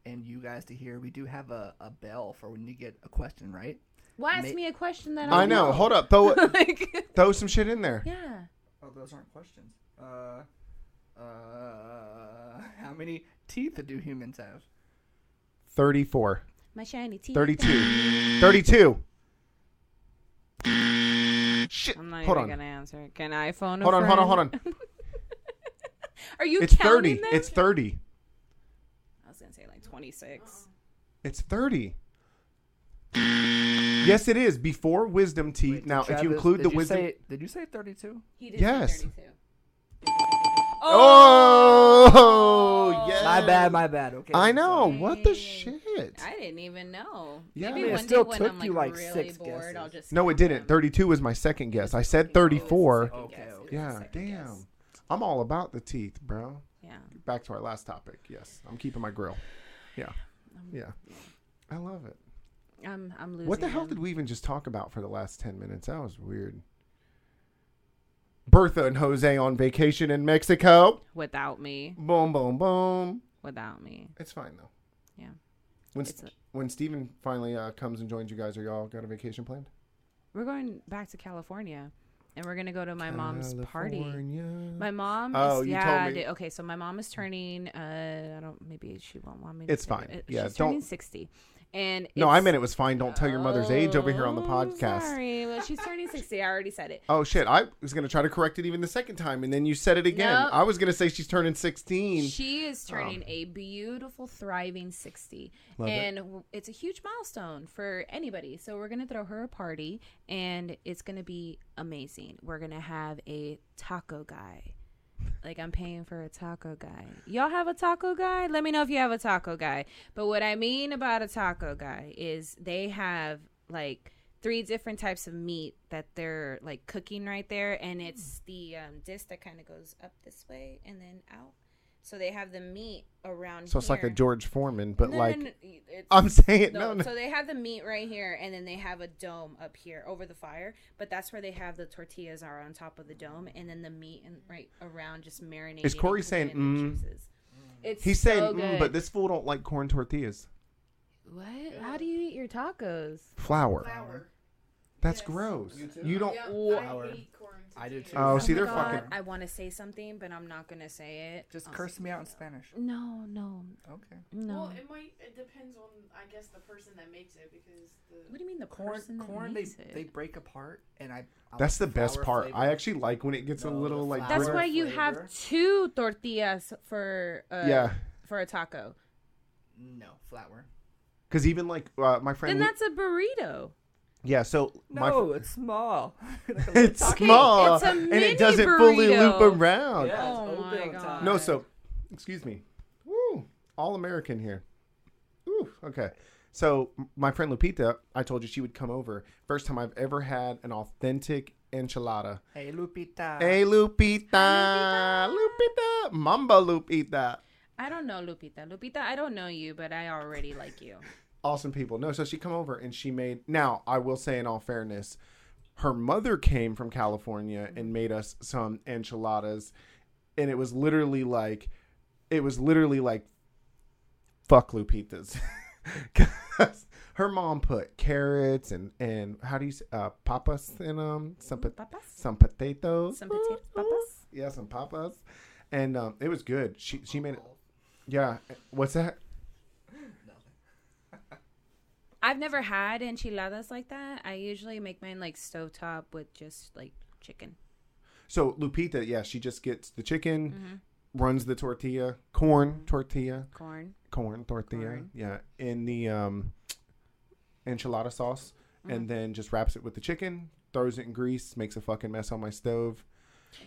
S3: and you guys to hear. We do have a, a bell for when you get a question right.
S2: Well, ask
S3: Ma-
S2: me a question that I,
S1: I know. Hold up, throw it-
S2: like,
S1: throw some shit in there.
S2: yeah.
S3: Oh, those aren't questions. Uh, uh, how many teeth do humans have?
S1: Thirty-four.
S2: My shiny teeth.
S1: 32. 32. Shit.
S2: I'm not
S1: Hold
S2: even
S1: on.
S2: gonna answer. Can I phone? A
S1: Hold on, hold on, hold
S2: friend?
S1: on.
S2: Are you
S1: It's
S2: counting
S1: 30.
S2: them?
S1: It's 30.
S2: I was gonna say like 26.
S1: It's 30. Yes, it is. Before wisdom teeth.
S3: Wait,
S1: now, if
S3: Travis,
S1: you include
S3: did
S1: the wisdom.
S3: say, did you say thirty-two?
S2: He did
S1: say Yes.
S2: 32.
S1: oh, yes.
S3: My bad, my bad. Okay,
S1: I know. What the
S2: Dang.
S1: shit?
S2: I didn't even know.
S1: Yeah.
S2: Maybe
S1: I mean, it
S2: one
S3: still
S2: day when
S3: took
S2: I'm
S3: you,
S2: like,
S3: like,
S2: really
S3: six
S2: bored, I'll
S3: guesses.
S2: just.
S1: No, it
S2: count
S1: didn't.
S2: them.
S1: 32 was my second guess. I said
S2: Oh, it's a
S1: 34.
S2: second
S3: Okay,
S2: guess. It was a
S1: Yeah,
S2: second
S1: damn.
S2: guess.
S1: I'm all about the teeth, bro.
S2: Yeah.
S1: Back to our last topic. Yes, I'm keeping my grill. Yeah. Yeah. I love it.
S2: I'm. I'm losing.
S1: What the hell
S2: him.
S1: did we even just talk about for the last 10 minutes? That was weird. Bertha and Jose on vacation in Mexico.
S2: Without me.
S1: Boom, boom, boom.
S2: Without me.
S1: It's fine, though.
S2: Yeah.
S1: When,
S2: It's a-
S1: when Steven finally uh, comes and joins you guys, are y'all got a vacation planned?
S2: We're going back to California, and we're gonna go to my mom's party.
S1: California.
S2: My mom.
S1: Oh,
S2: is,
S1: you told
S2: yeah, I
S1: me.
S2: did- Okay, so my mom is turning. Uh, I don't. Maybe she won't want me.
S1: It's
S2: say it.
S1: fine.
S2: Uh,
S1: Yeah,
S2: she's turning
S1: don't-
S2: sixty. And
S1: no,
S2: it's-
S1: I meant it was fine. Don't tell your mother's age over here on the
S2: Oh,
S1: podcast.
S2: Sorry, well, she's turning sixty. I already said it.
S1: Oh shit! I was gonna try to correct it even the second time, and then you said it again.
S2: Nope.
S1: I was gonna say she's turning sixteen.
S2: She is turning a beautiful, thriving 60.
S1: Oh. Love it.
S2: and w- it's a huge milestone for anybody. So we're going to throw her a party and it's going to be amazing. We're going to have a taco guy. Like I'm paying for a taco guy. Y'all have a taco guy? Let me know if you have a taco guy. But what I mean about a taco guy is they have like three different types of meat that they're like cooking right there and it's
S1: Mm.
S2: the um, disc that kind of goes up this way and then out. So they have the meat around
S1: so it's like a
S2: here.
S1: George Foreman, but
S2: No, no,
S1: like
S2: no, it's-
S1: I'm saying,
S2: no,
S1: no, no.
S2: So they have the meat right here, and then they have a dome up here over the fire. But that's where they have the tortillas are on top of the dome, and then the meat and right around just marinating. and
S1: Corey
S2: cooking
S1: saying,
S2: in the
S1: mm?
S2: juices. It's
S1: He's
S2: so
S1: saying, "Mm,
S2: good.
S1: but this fool don't like corn tortillas.
S2: what? How do you eat your tacos?
S1: Flour.
S4: Flower.
S1: That's
S4: Yes.
S1: gross. You,
S3: You too?
S1: don't.
S4: Yeah,
S3: Flower.
S4: I hate corn.
S3: I do
S4: tortillas.
S3: too.
S1: Oh, see,
S2: my
S1: they're
S2: God, Oh.
S1: fucking.
S2: I want to say something, but I'm not gonna say it.
S3: Just
S2: I'll
S3: curse
S2: say-
S3: me out in Spanish.
S2: No, no,
S3: Okay.
S2: no.
S4: Well, it might. It depends on, I guess, the person that makes it because
S2: what
S4: the.
S2: do you mean the
S3: Corn,
S2: person that
S3: corn. They
S2: makes it?
S3: they break apart, and I. I
S1: That's the
S3: like
S1: best
S3: flour
S1: part.
S3: flavor.
S1: I actually like when it gets a
S3: No,
S1: little
S3: the
S1: like.
S2: That's
S3: flour.
S1: brittle.
S2: why you
S3: flavor.
S2: have two tortillas for uh,
S1: yeah,
S2: for a taco.
S3: no flour.
S1: because even like uh, my friend.
S2: Then that's a burrito.
S1: yeah, so my. fr-
S3: it's small.
S1: it's
S2: Okay,
S1: small
S2: it's a
S1: and
S2: mini
S1: it doesn't fully loop
S2: burrito.
S1: around.
S2: Oh my God.
S1: No,
S2: Alright.
S1: so excuse me. Woo, all American here. Ooh, okay. So m- my friend Lupita, I told you she would come over. First time I've ever had an authentic enchilada.
S3: Hey Lupita.
S1: Hey Lupita, Lupita, Mamba Lupita.
S2: I don't know Lupita. Lupita, I don't know you, but I already like you.
S1: Awesome people. No, so she come over and she made. Now I will say, in all fairness, her mother came from California and made us some enchiladas, and it was literally like, it was literally like, fuck Lupita's. 'Cause her mom put carrots and and how do you say, uh, papas in them some pot
S2: Papas?
S1: some potatoes
S2: Some potatoes, papas?
S1: yeah some papas and um, it was good she she made it yeah what's that
S2: I've never had enchiladas like that. I usually make mine like stovetop with just like chicken.
S1: So Lupita, yeah, she just gets the chicken,
S3: Mm-hmm.
S1: runs the tortilla, corn tortilla,
S2: corn.
S1: corn tortilla,
S2: Corn.
S1: yeah, in the um, enchilada sauce,
S3: Mm-hmm.
S1: and then just wraps it with the chicken, throws it in grease, makes a fucking mess on my stove.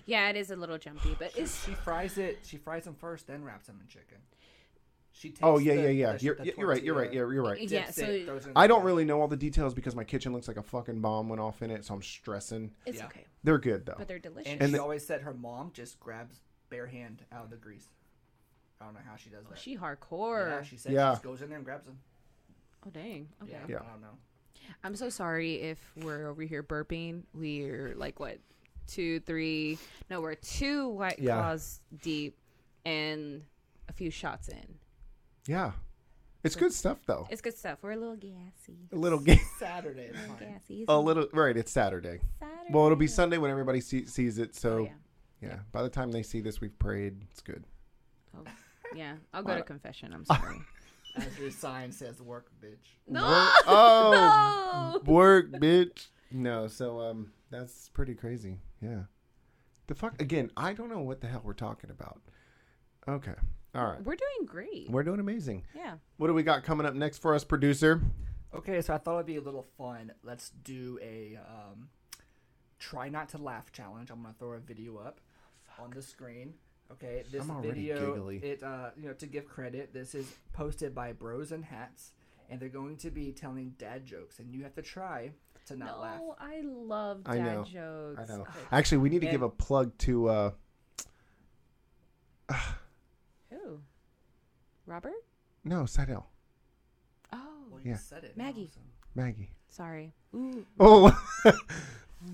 S2: Yeah, it is a little jumpy, but it's
S3: She fries it. She fries them first, then wraps them in chicken. She takes
S1: Oh yeah,
S3: the-
S1: yeah, yeah.
S3: the-
S1: You're,
S3: the
S1: you're right. You're right. Yeah,
S3: tortilla,
S1: you're right.
S2: Yeah,
S3: dips
S2: so-
S3: it, throws it in
S1: I
S3: the
S1: don't
S3: pan.
S1: really know all the details because my kitchen looks like a fucking bomb went off in it, so I'm stressing.
S2: it's
S3: Yeah.
S2: okay,
S1: They're good though.
S2: but they're delicious.
S3: And,
S1: Oh. And
S3: she
S1: the-
S3: always said her mom just grabs bare hand out of the grease. I don't know how she does that.
S2: she
S3: yeah,
S2: hardcore.
S3: she said
S1: Yeah.
S3: she just goes in there and grabs them.
S2: oh dang. Okay.
S3: Yeah,
S1: Yeah.
S3: I don't know.
S6: I'm so sorry if we're over here burping. We're like what, two, three? No, we're two white
S1: Yeah.
S6: claws deep and a few shots in.
S1: yeah, it's good stuff though.
S2: It's good stuff. We're a little gassy.
S1: A little game.
S3: Saturday is fine.
S2: Gassy.
S1: A little right. It's Saturday.
S2: Saturday.
S1: Well, it'll be Sunday when everybody see, sees it. So
S2: Oh,
S1: yeah.
S2: yeah.
S1: by the time they see this, we've prayed. It's good.
S2: Oh, Yeah, I'll go to
S1: Well-
S2: confession. I'm sorry.
S3: As your sign says, work, bitch.
S2: No!
S1: Work, oh,
S2: no.
S1: work, bitch. No, so um, that's pretty crazy. Yeah. The fuck again? I don't know what the hell we're talking about. Okay. All right.
S2: We're doing great.
S1: We're doing amazing.
S2: Yeah.
S1: What do we got coming up next for us, producer?
S3: Okay, so I thought it'd be a little fun. Let's do a um, try not to laugh challenge. I'm gonna throw a video up on the screen. Okay, this
S1: I'm already
S3: video,
S1: giggly.
S3: it uh, you know, to give credit, this is posted by Bros and Hats, and they're going to be telling dad jokes, and you have to try to not laugh.
S2: No, I love
S1: I
S2: dad
S1: know. I
S2: jokes.
S1: know. Actually, we need to give a plug to uh,
S2: Who? Robert?
S1: no Sidell,
S2: Oh,
S3: Well, you
S1: Yeah.
S3: said it.
S2: Maggie.
S3: so-
S1: Maggie.
S2: sorry. Ooh.
S1: Oh,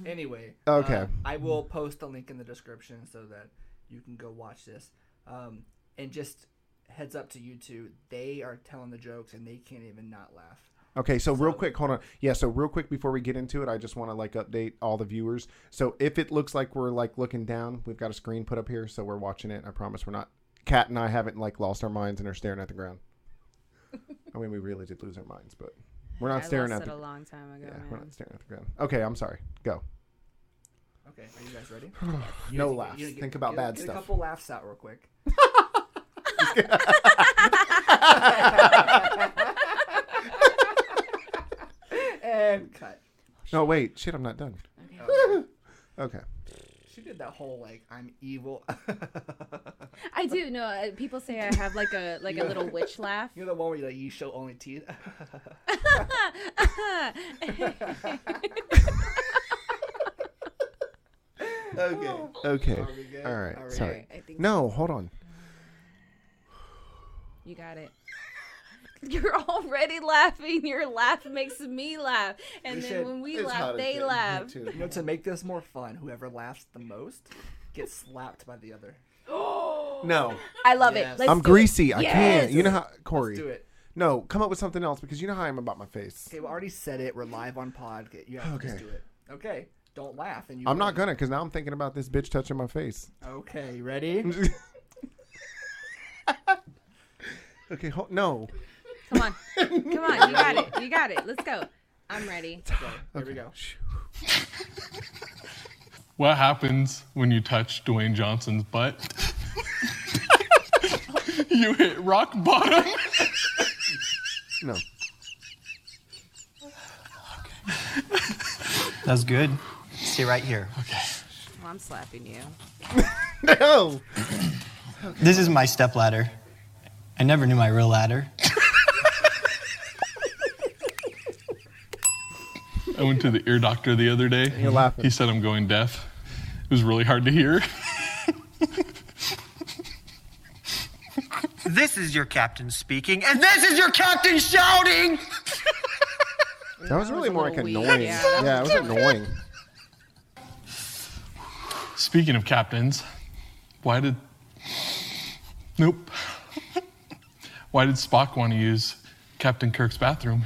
S3: Anyway.
S1: Okay.
S3: uh, I will post the link in the description so that you can go watch this. Um, and just heads up to you two, they are telling the jokes and they can't even not laugh.
S1: Okay, so real quick, hold on. Yeah, so real quick before we get into it, I just want to like update all the viewers. So if it looks like we're like looking down, we've got a screen put up here, so we're watching it. I promise we're not. Kat and I haven't like lost our minds and are staring at the ground. I mean, we really did lose our minds, but we're not
S2: I
S1: staring
S2: lost
S1: at
S2: it
S1: the.
S2: a long time ago,
S1: Yeah, we're
S2: man.
S1: not staring at the ground. Okay, I'm sorry. Go.
S3: Okay, are you guys ready? You
S1: no
S3: guys-
S1: laughs.
S3: you get-
S1: Think about
S3: get-
S1: bad
S3: get A
S1: stuff.
S3: couple laughs out real quick. and cut.
S1: No, wait. Shit, I'm not done.
S3: Okay.
S1: Okay.
S3: She did that whole like I'm evil.
S2: I do. No, uh, people say I have like a like a little witch laugh.
S3: You're the one where you like you show only teeth.
S1: Okay. Okay.
S3: Are we good?
S1: All right.
S3: Are we
S1: Sorry.
S2: I think
S1: No, hold on.
S2: you got it. You're already laughing. Your laugh makes me laugh, and
S3: We
S2: then
S3: should-
S2: when we
S1: It's hot as
S2: laugh, they
S1: shit. Me
S2: laugh.
S1: too.
S3: You know, to make this more fun, whoever laughs the most gets slapped by the other.
S1: No.
S2: I love
S3: Yes.
S2: it. Let's
S1: I'm
S2: do it.
S1: greasy. I can't.
S2: Yes.
S1: You know how Corey.
S3: Let's do it.
S1: No, come up with something else because you know how I am about my face.
S3: Okay, we already said it. We're live on pod. Get- You have to just
S1: Okay.
S3: do it. Okay, don't laugh. And you.
S1: I'm not
S3: win.
S1: gonna because now I'm thinking about this bitch touching my face.
S3: Okay, ready?
S1: okay, ho- no.
S2: Come on, come on. You got it. You got it. Let's go. I'm ready.
S3: Here we go.
S7: What happens when you touch Dwayne Johnson's butt? you hit rock bottom.
S1: No.
S8: That was good. Stay right here.
S6: Well, I'm slapping you.
S1: No.
S8: This is my step ladder. I never knew my real ladder.
S7: I went to the ear doctor the other day.
S1: You're laughing.
S7: He said I'm going deaf. It was really hard to hear.
S8: This is your captain speaking, and this is your captain shouting!
S1: That was really
S6: a
S1: more like
S6: little weak.
S1: annoying. Yeah.
S6: Yeah.
S1: it was annoying.
S7: Speaking of captains, why did. Nope. why did Spock want to use Captain Kirk's bathroom?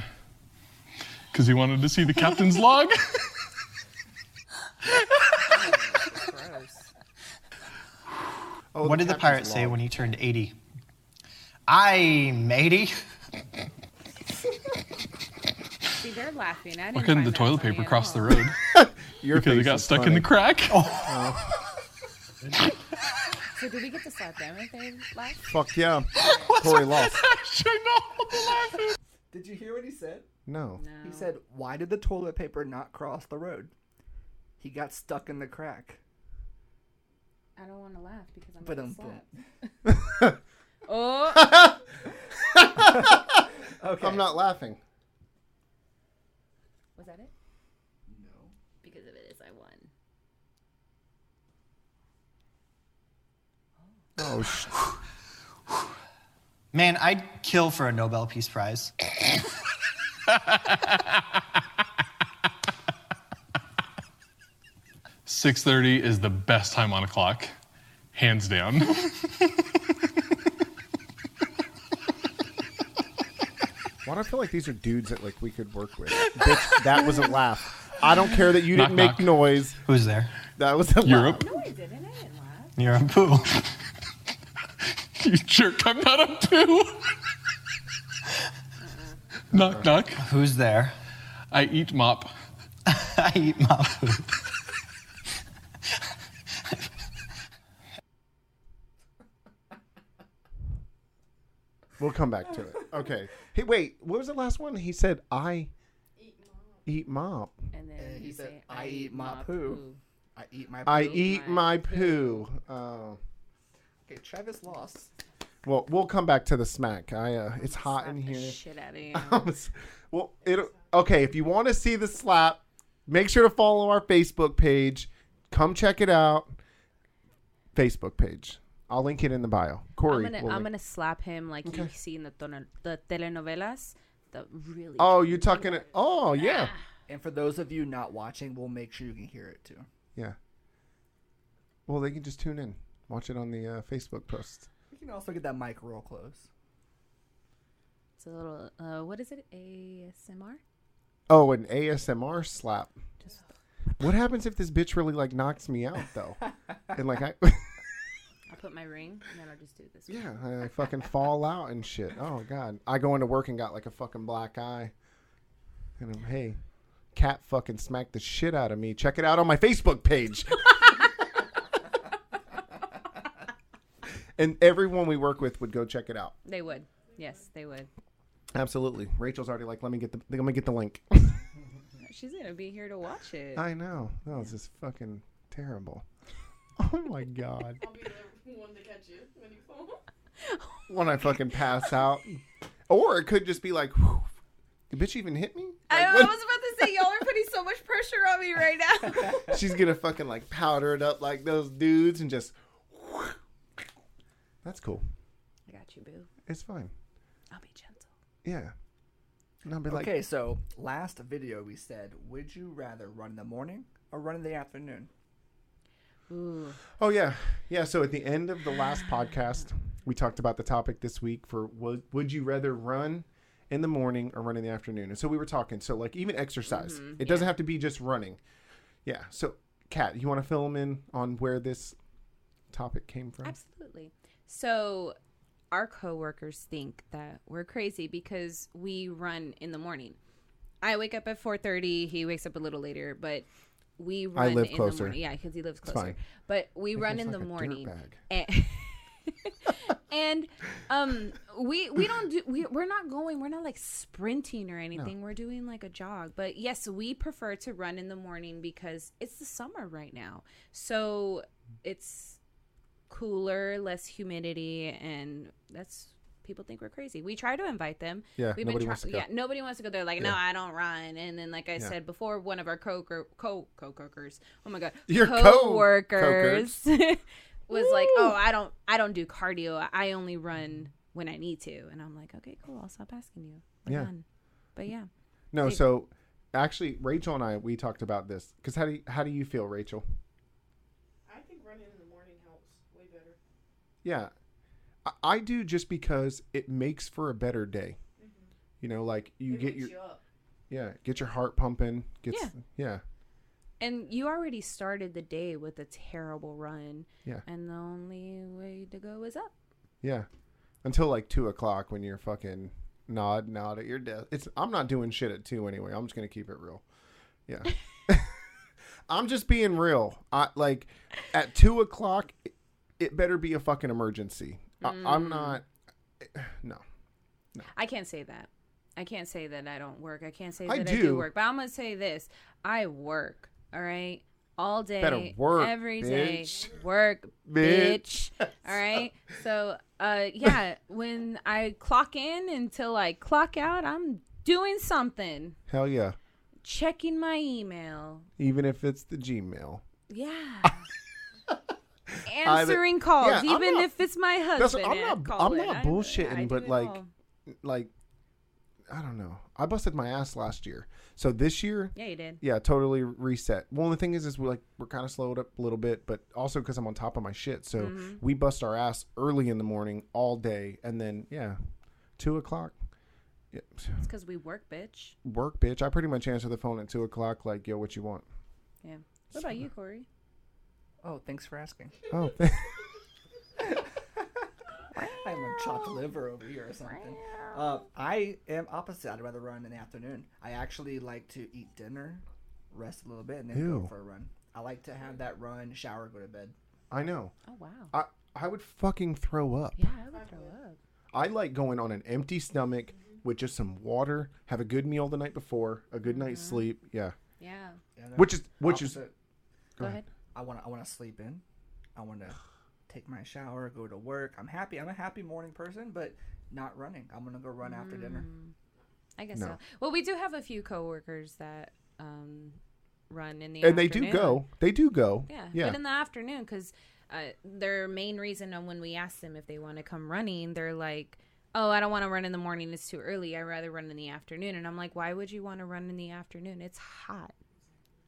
S7: Because he wanted to see the captain's log.
S1: Oh,
S8: What did the pirate say when he turned 80? I'm 80.
S2: See, they're laughing. I didn't
S7: Why couldn't
S2: find
S7: the
S2: that
S7: toilet
S2: funny
S7: paper
S2: at
S7: cross the
S2: all.
S7: road?
S1: Your
S7: Because
S1: face
S7: it got
S1: is
S7: stuck in
S1: funny.
S7: the crack.
S2: So do we get to slap them if they laugh?
S1: Fuck yeah. Corey lost.
S3: Did you hear what he said?
S1: No.
S3: He said, "Why did the toilet paper not cross the road? He got stuck in the crack."
S2: I don't want to laugh because I'm
S3: But
S2: gonna
S3: um,
S2: slap. Oh,
S3: okay.
S1: I'm not laughing.
S2: was that it? No. Because if it is, I won.
S1: Oh, sh-
S8: Man, I'd kill for a Nobel Peace Prize.
S7: Six thirty is the best time on a clock, hands down.
S1: why do I feel like these are dudes that like we could work with? Bitch, that was a laugh. I don't care that you
S7: Knock,
S1: didn't make
S7: knock.
S1: noise.
S8: Who's there?
S1: That was a
S7: Europe.
S1: laugh.
S2: No, I didn't. I didn't laugh.
S8: You're a poo.
S7: You jerk, I'm not a poo. knock, knock.
S8: Who's there?
S7: I eat mop.
S8: I eat my poo.
S1: We'll come back to it. Okay. Hey, wait. What was the last one? He said, I eat mop.
S2: And then
S3: And
S2: you
S3: he said,
S2: say,
S3: "I eat my poo." I eat my.
S1: I
S3: poo.
S1: eat my poo. Oh.
S3: Okay, Travis lost.
S1: Well, we'll come back to the smack. I uh, it's hot in
S2: The
S1: here.
S2: shit out of you.
S1: well, it okay. If you want to see the slap, make sure to follow our Facebook page. Come check it out. Facebook page. I'll link it in the bio.
S2: I'm
S1: Corey.
S2: gonna,
S1: will
S2: I'm
S1: link-
S2: gonna slap him like you
S1: Okay.
S2: see in the, tono- the telenovelas. The really.
S1: Oh, you talking? It, oh, yeah,
S3: And for those of you not watching, we'll make sure you can hear it too.
S1: yeah. Well, they can just tune in, watch it on the uh, Facebook post.
S3: You can also get that mic real close.
S2: It's a little. Uh, what is it? ASMR.
S1: Oh, an ASMR slap. What happens if this bitch really like knocks me out though? and like I,
S2: I'll put my ring and then I'll just do it this. way.
S1: yeah, I fucking fall out and shit. Oh god, I go into work and got like a fucking black eye. And I'm hey, cat fucking smacked the shit out of me. Check it out on my Facebook page. and everyone we work with would go check it out.
S2: They would. Yes, they would.
S1: Absolutely. Rachel's already like, let me get the let me get the link.
S2: She's gonna be here to watch it.
S1: I know. That was just fucking terrible. Oh my god.
S4: I'll be the one to catch you when you fall.
S1: when I fucking pass out. Or it could just be like, whew, the bitch even hit me?
S2: I,
S1: Like,
S2: I was
S1: what-
S2: about to say y'all are putting so much pressure on me right now.
S1: she's gonna fucking like powder it up like those dudes and just. That's cool.
S2: I got you, boo.
S1: It's fine.
S2: I'll be gentle.
S1: Yeah. And I'll be like,
S3: okay, so last video we said, would you rather run in the morning or run in the afternoon?
S2: Ooh,
S1: oh yeah, yeah. So at the end of the last podcast, we talked about the topic this week for would would you rather run in the morning or run in the afternoon? And so we were talking. So like even exercise,
S2: Mm-hmm.
S1: it doesn't have to be just running. Yeah. So, Kat, you want to fill 'em in on where this topic came from?
S2: absolutely. So, our coworkers think that we're crazy because we run in the morning. I wake up at four thirty. He wakes up a little later, but we run
S1: live
S2: in
S1: closer.
S2: the morning. Yeah, because he lives closer.
S1: fine.
S2: But we run
S1: It's
S2: in
S1: like
S2: the
S1: a
S2: morning.
S1: dirtbag.
S2: and, and um we we don't do we, we're not going we're not like sprinting or anything we're doing like a jog but yes we prefer to run in the morning because it's the summer right now so it's cooler less humidity and that's people think we're crazy we try to invite them
S1: Yeah,
S2: we've
S1: nobody
S2: been
S1: wants to
S2: trying
S1: go.
S2: yeah nobody wants to go there like no i don't run and then like i said before one of our co co co-workers oh my god
S1: Your
S2: co-workers was like, "Oh, I don't, I don't do cardio. I only run when I need to." And I'm like, "Okay, cool. I'll stop asking you." We're
S1: Yeah.
S2: done." But yeah,
S1: No, so actually, Rachel and I we talked about this because how do you, how do you feel, Rachel?
S4: I think running in the morning helps way better.
S1: Yeah, I, I do just because it makes for a better day.
S2: Mm-hmm.
S1: You know, like you
S4: it
S1: get
S4: wakes
S1: your
S4: you up.
S1: yeah, get your heart pumping. Gets, yeah,
S2: Yeah.
S1: yeah,
S2: and you already started the day with a terrible run,
S1: yeah,
S2: and the only way to go is up.
S1: Until like two o'clock when you're fucking nod nod at your desk. It's I'm not doing shit at two anyway. I'm just gonna keep it real. Yeah. I'm just being real. I like at two o'clock. it better be a fucking emergency. I, I'm not. No,
S2: I can't say that. I can't say that I don't work. I can't say that
S1: I
S2: I do,
S1: do.
S2: work. But I'm gonna say this: I work. All right, all day.
S1: Better work,
S2: every day.
S1: bitch.
S2: Work,
S1: Bitch.
S2: bitch. All right. So, uh, yeah, when I clock in until I clock out, I'm doing something,
S1: hell yeah.
S2: checking my email.
S1: Even if it's the Gmail.
S2: Yeah. Answering calls,
S1: yeah, I'm
S2: even
S1: not-
S2: if it's my
S1: That's-
S2: husband.
S1: I'm
S2: and I
S1: not-
S2: call
S1: I'm
S2: it.
S1: not
S2: I-
S1: bullshitting,
S2: I do
S1: but,
S2: it
S1: like,
S2: all.
S1: Like, I don't know. I busted my ass last year, so this year,
S2: yeah, you did.
S1: yeah, totally reset. Well, the thing is, is we're like we're kind of slowed up a little bit, but also because I'm on top of my shit, so
S2: Mm-hmm.
S1: we bust our ass early in the morning all day, and then yeah, two o'clock. Yeah,
S2: It's because we work, bitch.
S1: work, bitch. I pretty much answer the phone at two o'clock, like, yo, what you want?
S2: Yeah. What about you, Corey?
S3: Oh, thanks for asking.
S1: Oh,
S3: I'm a chopped liver over here or something. Uh, I am opposite. I'd rather run in the afternoon. I actually like to eat dinner, rest a little bit, and then
S1: Ew.
S3: go for a run. I like to have that run, shower, go to bed.
S1: I know.
S2: Oh wow.
S1: I I would fucking throw up.
S2: Yeah, I would throw up.
S1: I like going on an empty stomach
S2: Mm-hmm.
S1: with just some water, have a good meal the night before, a good night's
S2: Mm-hmm.
S1: sleep. Yeah.
S2: Yeah.
S3: You know?
S1: Which is which is
S3: Opposite.
S2: Go ahead.
S3: I want to. I want to sleep in. I want to take my shower, go to work. I'm happy. I'm a happy morning person, but not running. I'm gonna go run after dinner.
S2: I guess
S1: No.
S2: so. Well, we do have a few coworkers that um, run in the
S1: and they
S2: afternoon.
S1: do go. They do go.
S2: Yeah.
S1: Yeah.
S2: But in the afternoon, because uh, their main reason on when we ask them if they want to come running, they're like, "Oh, I don't want to run in the morning. It's too early. I'd rather run in the afternoon." And I'm like, "Why would you want to run in the afternoon? It's hot."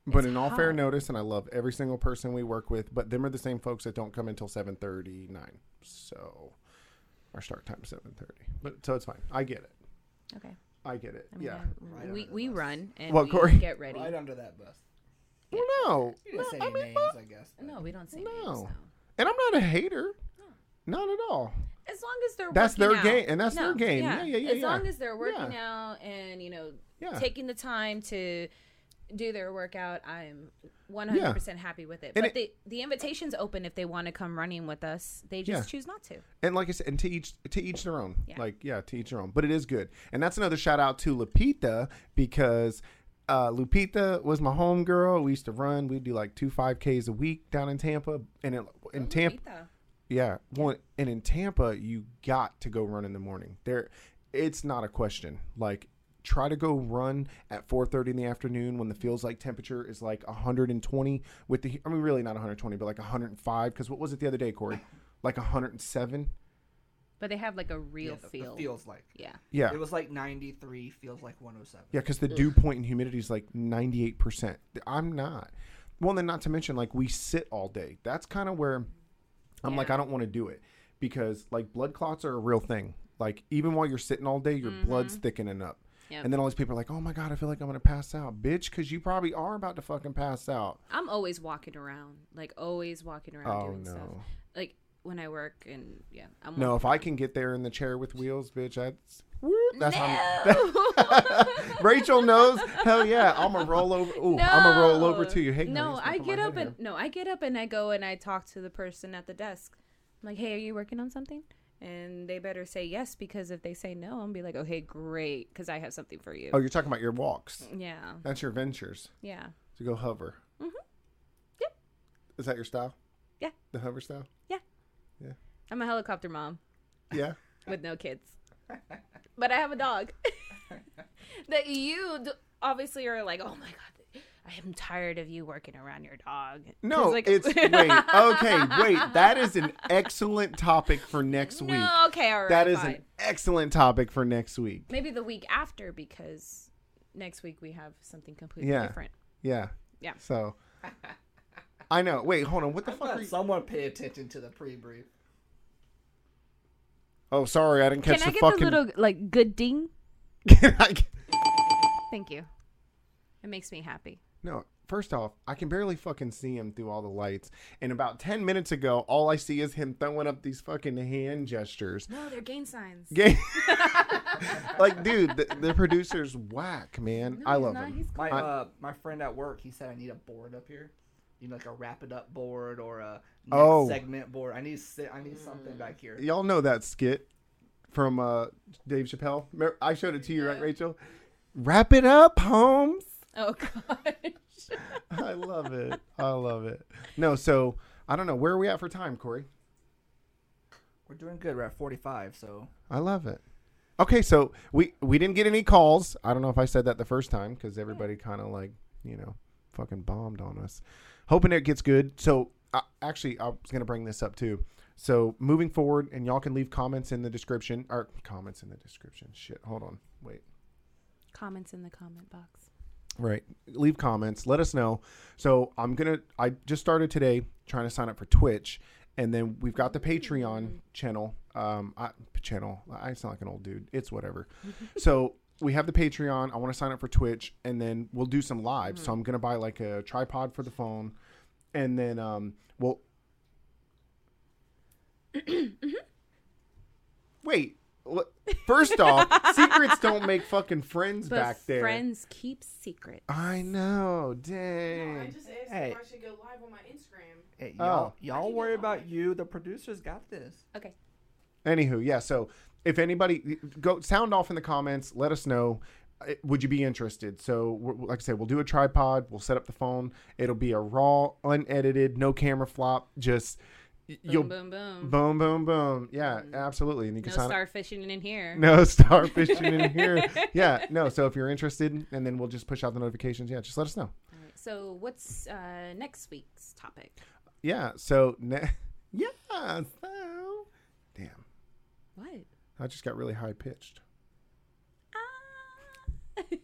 S1: but
S2: it's
S1: in all fair
S2: hot.
S1: notice, and I love every single person we work with, but them are the same folks that don't come until seven thirty nine. So our start time seven thirty. But so it's fine. I get it.
S2: Okay.
S1: I get it.
S2: I mean,
S1: yeah.
S2: I- we we run and
S1: Well,
S2: we
S1: Corey-
S2: get ready.
S3: Right under that bus.
S1: Well, no.
S3: You didn't say
S1: I
S3: any
S1: mean,
S3: names,
S1: what?
S3: I guess. but-
S2: No, we don't say
S1: No.
S2: names, no.
S1: And I'm not a hater. Not at all.
S2: as long as they're
S1: That's
S2: working
S1: their
S2: out.
S1: game- and that's their game. Yeah, yeah, yeah,
S2: As
S1: yeah.
S2: long as they're working out and you know
S1: Yeah.
S2: taking the time to do their workout, I'm 100% happy with it.
S1: And
S2: but
S1: it-
S2: the the invitation's open if they want to come running with us. They just
S1: Yeah.
S2: choose not to.
S1: and like I said, and to each to each their own.
S2: Yeah.
S1: Like yeah, to each their own. But it is good, and that's another shout out to Lupita because uh, Lupita was my homegirl. We used to run. We'd do like two five Ks a week down in Tampa, and it, in Tampa,
S2: Lupita.
S1: yeah, well, and in Tampa, you got to go run in the morning. There, it's not a question. Like, try to go run at 4:30 in the afternoon when the feels like temperature is like 120 with the. I mean, really not 120, but like 105. Because what was it the other day, Corey? Like 107.
S2: But they have like a real
S3: Yeah, the- the
S2: feel.
S3: feels like.
S2: Yeah.
S1: Yeah,
S3: It was like 93, feels like 107.
S1: Yeah, because the dew point and humidity is like 98%. I'm not. Well, and then not to mention, like, we sit all day. That's kind of where I'm like, I don't want to do it because, like, blood clots are a real thing. Like, even while you're sitting all day, your blood's thickening up.
S2: Mm-hmm. Yep.
S1: And then all these people are like, oh my God, I feel like I'm going to pass out. Bitch, because you probably are about to fucking pass out.
S2: I'm always walking around. Like always walking around
S1: Oh,
S2: doing stuff.
S1: no.
S2: Like when I work and yeah, I'm
S1: No,
S2: walking
S1: if I can get there in the chair with wheels, bitch, that's. whoop, That's how I'm- Rachel knows. Hell yeah, I'm a roll over. Ooh, I'm a roll over
S2: No.
S1: to you. Hey, honey,
S2: no,
S1: it's
S2: I
S1: making my
S2: get
S1: head
S2: up and
S1: hurt.
S2: no, I get up and I go and I talk to the person at the desk. I'm like, hey, are you working on something? And they better say yes because if they say no, I'm be like, okay, great, because I have something for you.
S1: Oh, you're talking about your walks.
S2: Yeah,
S1: That's your ventures.
S2: yeah,
S1: To go hover. Mm-hmm.
S2: Yep.
S1: Is that your style?
S2: Yeah.
S1: The hover style?
S2: I'm a helicopter mom
S1: Yeah.
S2: with no kids, but I have a dog. that you d- obviously are like, oh my god, I am tired of you working around your dog. 'Cause,
S1: No,
S2: like-
S1: it's wait. Okay, wait. That is an excellent topic for next week.
S2: no, okay, all right,
S1: that is
S2: fine.
S1: an excellent topic for next week.
S2: maybe the week after because next week we have something completely
S1: Yeah.
S2: different.
S1: Yeah.
S2: Yeah.
S1: So I know. Wait, hold on. What the
S3: I
S1: fuck are
S3: thought
S1: you?
S3: someone pay attention to the pre-brief.
S1: Oh, sorry, I didn't catch
S2: Can I
S1: the
S2: get
S1: fucking.
S2: the little like good ding?
S1: Can I get-
S2: Thank you. It makes me happy.
S1: No, first off, I can barely fucking see him through all the lights. And about 10 minutes ago, all I see is him throwing up these fucking hand gestures.
S2: No, they're gain signs.
S1: Gay- like, dude, the, the producer's whack, man. I love him.
S3: My
S1: I-
S3: uh, my friend at work, he said I need a board up here. you know, like a wrap it up board or a next
S1: Oh.
S3: segment board. I need si- I need something back here.
S1: Y'all know that skit from uh, Dave Chappelle. Mer- I showed it to you, right, Rachel? Wrap it up, Holmes.
S2: Oh gosh.
S1: I love it. I love it. No, so I don't know where are we at for time, Corey.
S3: We're doing good. We're at 45, so
S1: I love it. Okay, so we we didn't get any calls. I don't know if I said that the first time because everybody kind of like you know fucking bombed on us. Hoping it gets good. So I, actually, I was gonna bring this up too. So moving forward, and y'all can leave comments in the description or comments in the description. Shit, hold on, wait.
S2: Comments in the comment box.
S1: Right. Leave comments. Let us know. So I'm gonna. I just started today trying to sign up for Twitch, and then we've got the Patreon channel. Um, I, channel. I sound like an old dude. It's whatever. so we have the Patreon. I want to sign up for Twitch, and then we'll do some live. So I'm gonna buy like a tripod for the phone, and then um, we'll.
S2: Mm-hmm.
S1: Wait. l- First off, secrets don't make fucking friends
S2: But
S1: back there. Uh,
S2: friends keep secret.
S1: I know.
S4: No, I
S1: Dang.
S4: just asked
S3: Hey.
S4: if I should go live on my Instagram.
S3: hey, y'all,
S1: Oh.
S4: I
S3: y'all
S4: can
S3: worry
S4: get
S3: about
S4: mine.
S3: you. The producers got this.
S2: Okay.
S1: Anywho, yeah. So if anybody go sound off in the comments, let us know. uh, Would you be interested? So, we're- like I said, we'll do a tripod. We'll set up the phone. It'll be a raw, unedited, no camera flop. Just y- you'll
S2: Boom, boom, boom.
S1: boom, boom, boom. Yeah, absolutely. And you
S2: no
S1: can sign up.
S2: starfishing in here.
S1: No starfishing in here. Yeah, no. So if you're interested, and then we'll just push out the notifications. Yeah, just let us know.
S2: Alright, So what's uh, next week's topic?
S1: Yeah. So ne- yeah. So damn,
S2: What?
S1: I just got really high pitched.
S2: Ah.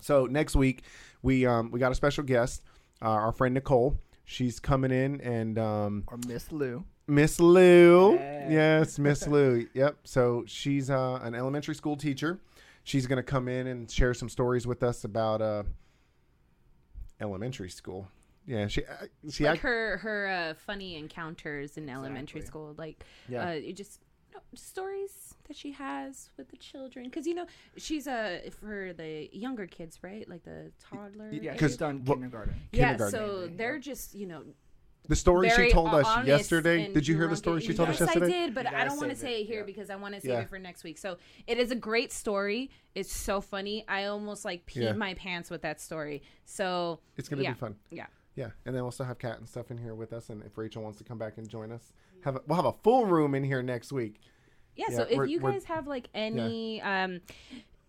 S1: So next week we um, we got a special guest, uh, our friend Nicole. She's coming in and um,
S3: Or Miss Lou.
S1: Miss Lou.
S3: Yeah.
S1: Yes, Miss Lou. Yep. So she's uh, an elementary school teacher. She's gonna come in and share some stories with us about uh, elementary school. Yeah, she uh, she
S2: like
S1: act-
S2: her her uh, funny encounters in elementary
S3: Exactly.
S2: school, like
S1: Yeah.
S2: uh, it just you know, just stories that she has with the children, because you know she's uh for the younger kids, right? Like the toddler. age.
S3: Yeah,
S1: Because-
S3: she's done
S1: well-
S3: kindergarten.
S2: yeah.
S1: kindergarten.
S2: So they're just you know
S1: the story she
S2: very
S1: told us
S2: honest
S1: yesterday.
S2: and
S1: Did you hear the
S2: drunk
S1: story
S2: and-
S1: she told us
S2: Yes,
S1: yesterday?
S2: I did, but
S3: You
S2: I
S3: gotta
S2: don't want to
S3: save it,
S2: say it here
S3: yeah.
S2: because I want to save
S1: Yeah.
S2: it for next week. So it is a great story. It's so funny. I almost like peed
S1: Yeah.
S2: my pants with that story. So
S1: It's gonna
S2: yeah.
S1: be fun.
S2: Yeah.
S1: Yeah, and then we'll still have Kat and stuff in here with us, and if Rachel wants to come back and join us, have a, we'll have a full room in here next week.
S2: yeah,
S1: Yeah,
S2: so
S1: we're-
S2: if you
S1: we're-
S2: guys have like any um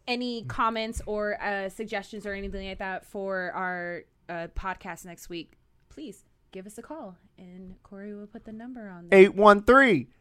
S2: any comments or uh suggestions or anything like that for our uh podcast next week please give us a call and corey will put the number on there
S1: 813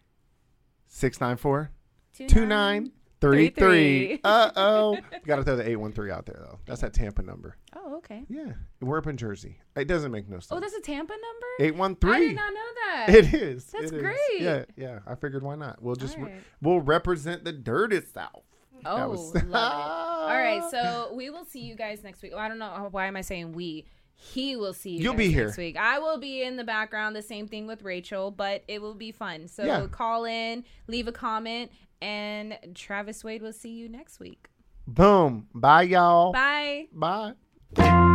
S1: 694 2933. Uh oh. Got to throw the 813 out there, though. That's that Tampa number.
S2: oh okay
S1: Yeah, we're up in Jersey. It doesn't make no sense.
S2: oh that's a tampa number i
S1: 813.
S2: did not know that
S1: It is.
S2: That's
S1: it is.
S2: great.
S1: Yeah, yeah. I figured why not? We'll just
S2: All
S1: re-
S2: right.
S1: we'll represent the dirty south.
S2: oh
S1: That was-
S2: love it all right so we will see you guys next week Well, i don't know why am i saying we he will see you
S1: You'll
S2: guys
S1: be
S2: next
S1: here.
S2: week i will be in the background the same thing with rachel but it will be fun so
S1: Yeah.
S2: call in leave a comment and travis wade will see you next week
S1: Boom. Bye, y'all.
S2: bye
S1: Bye.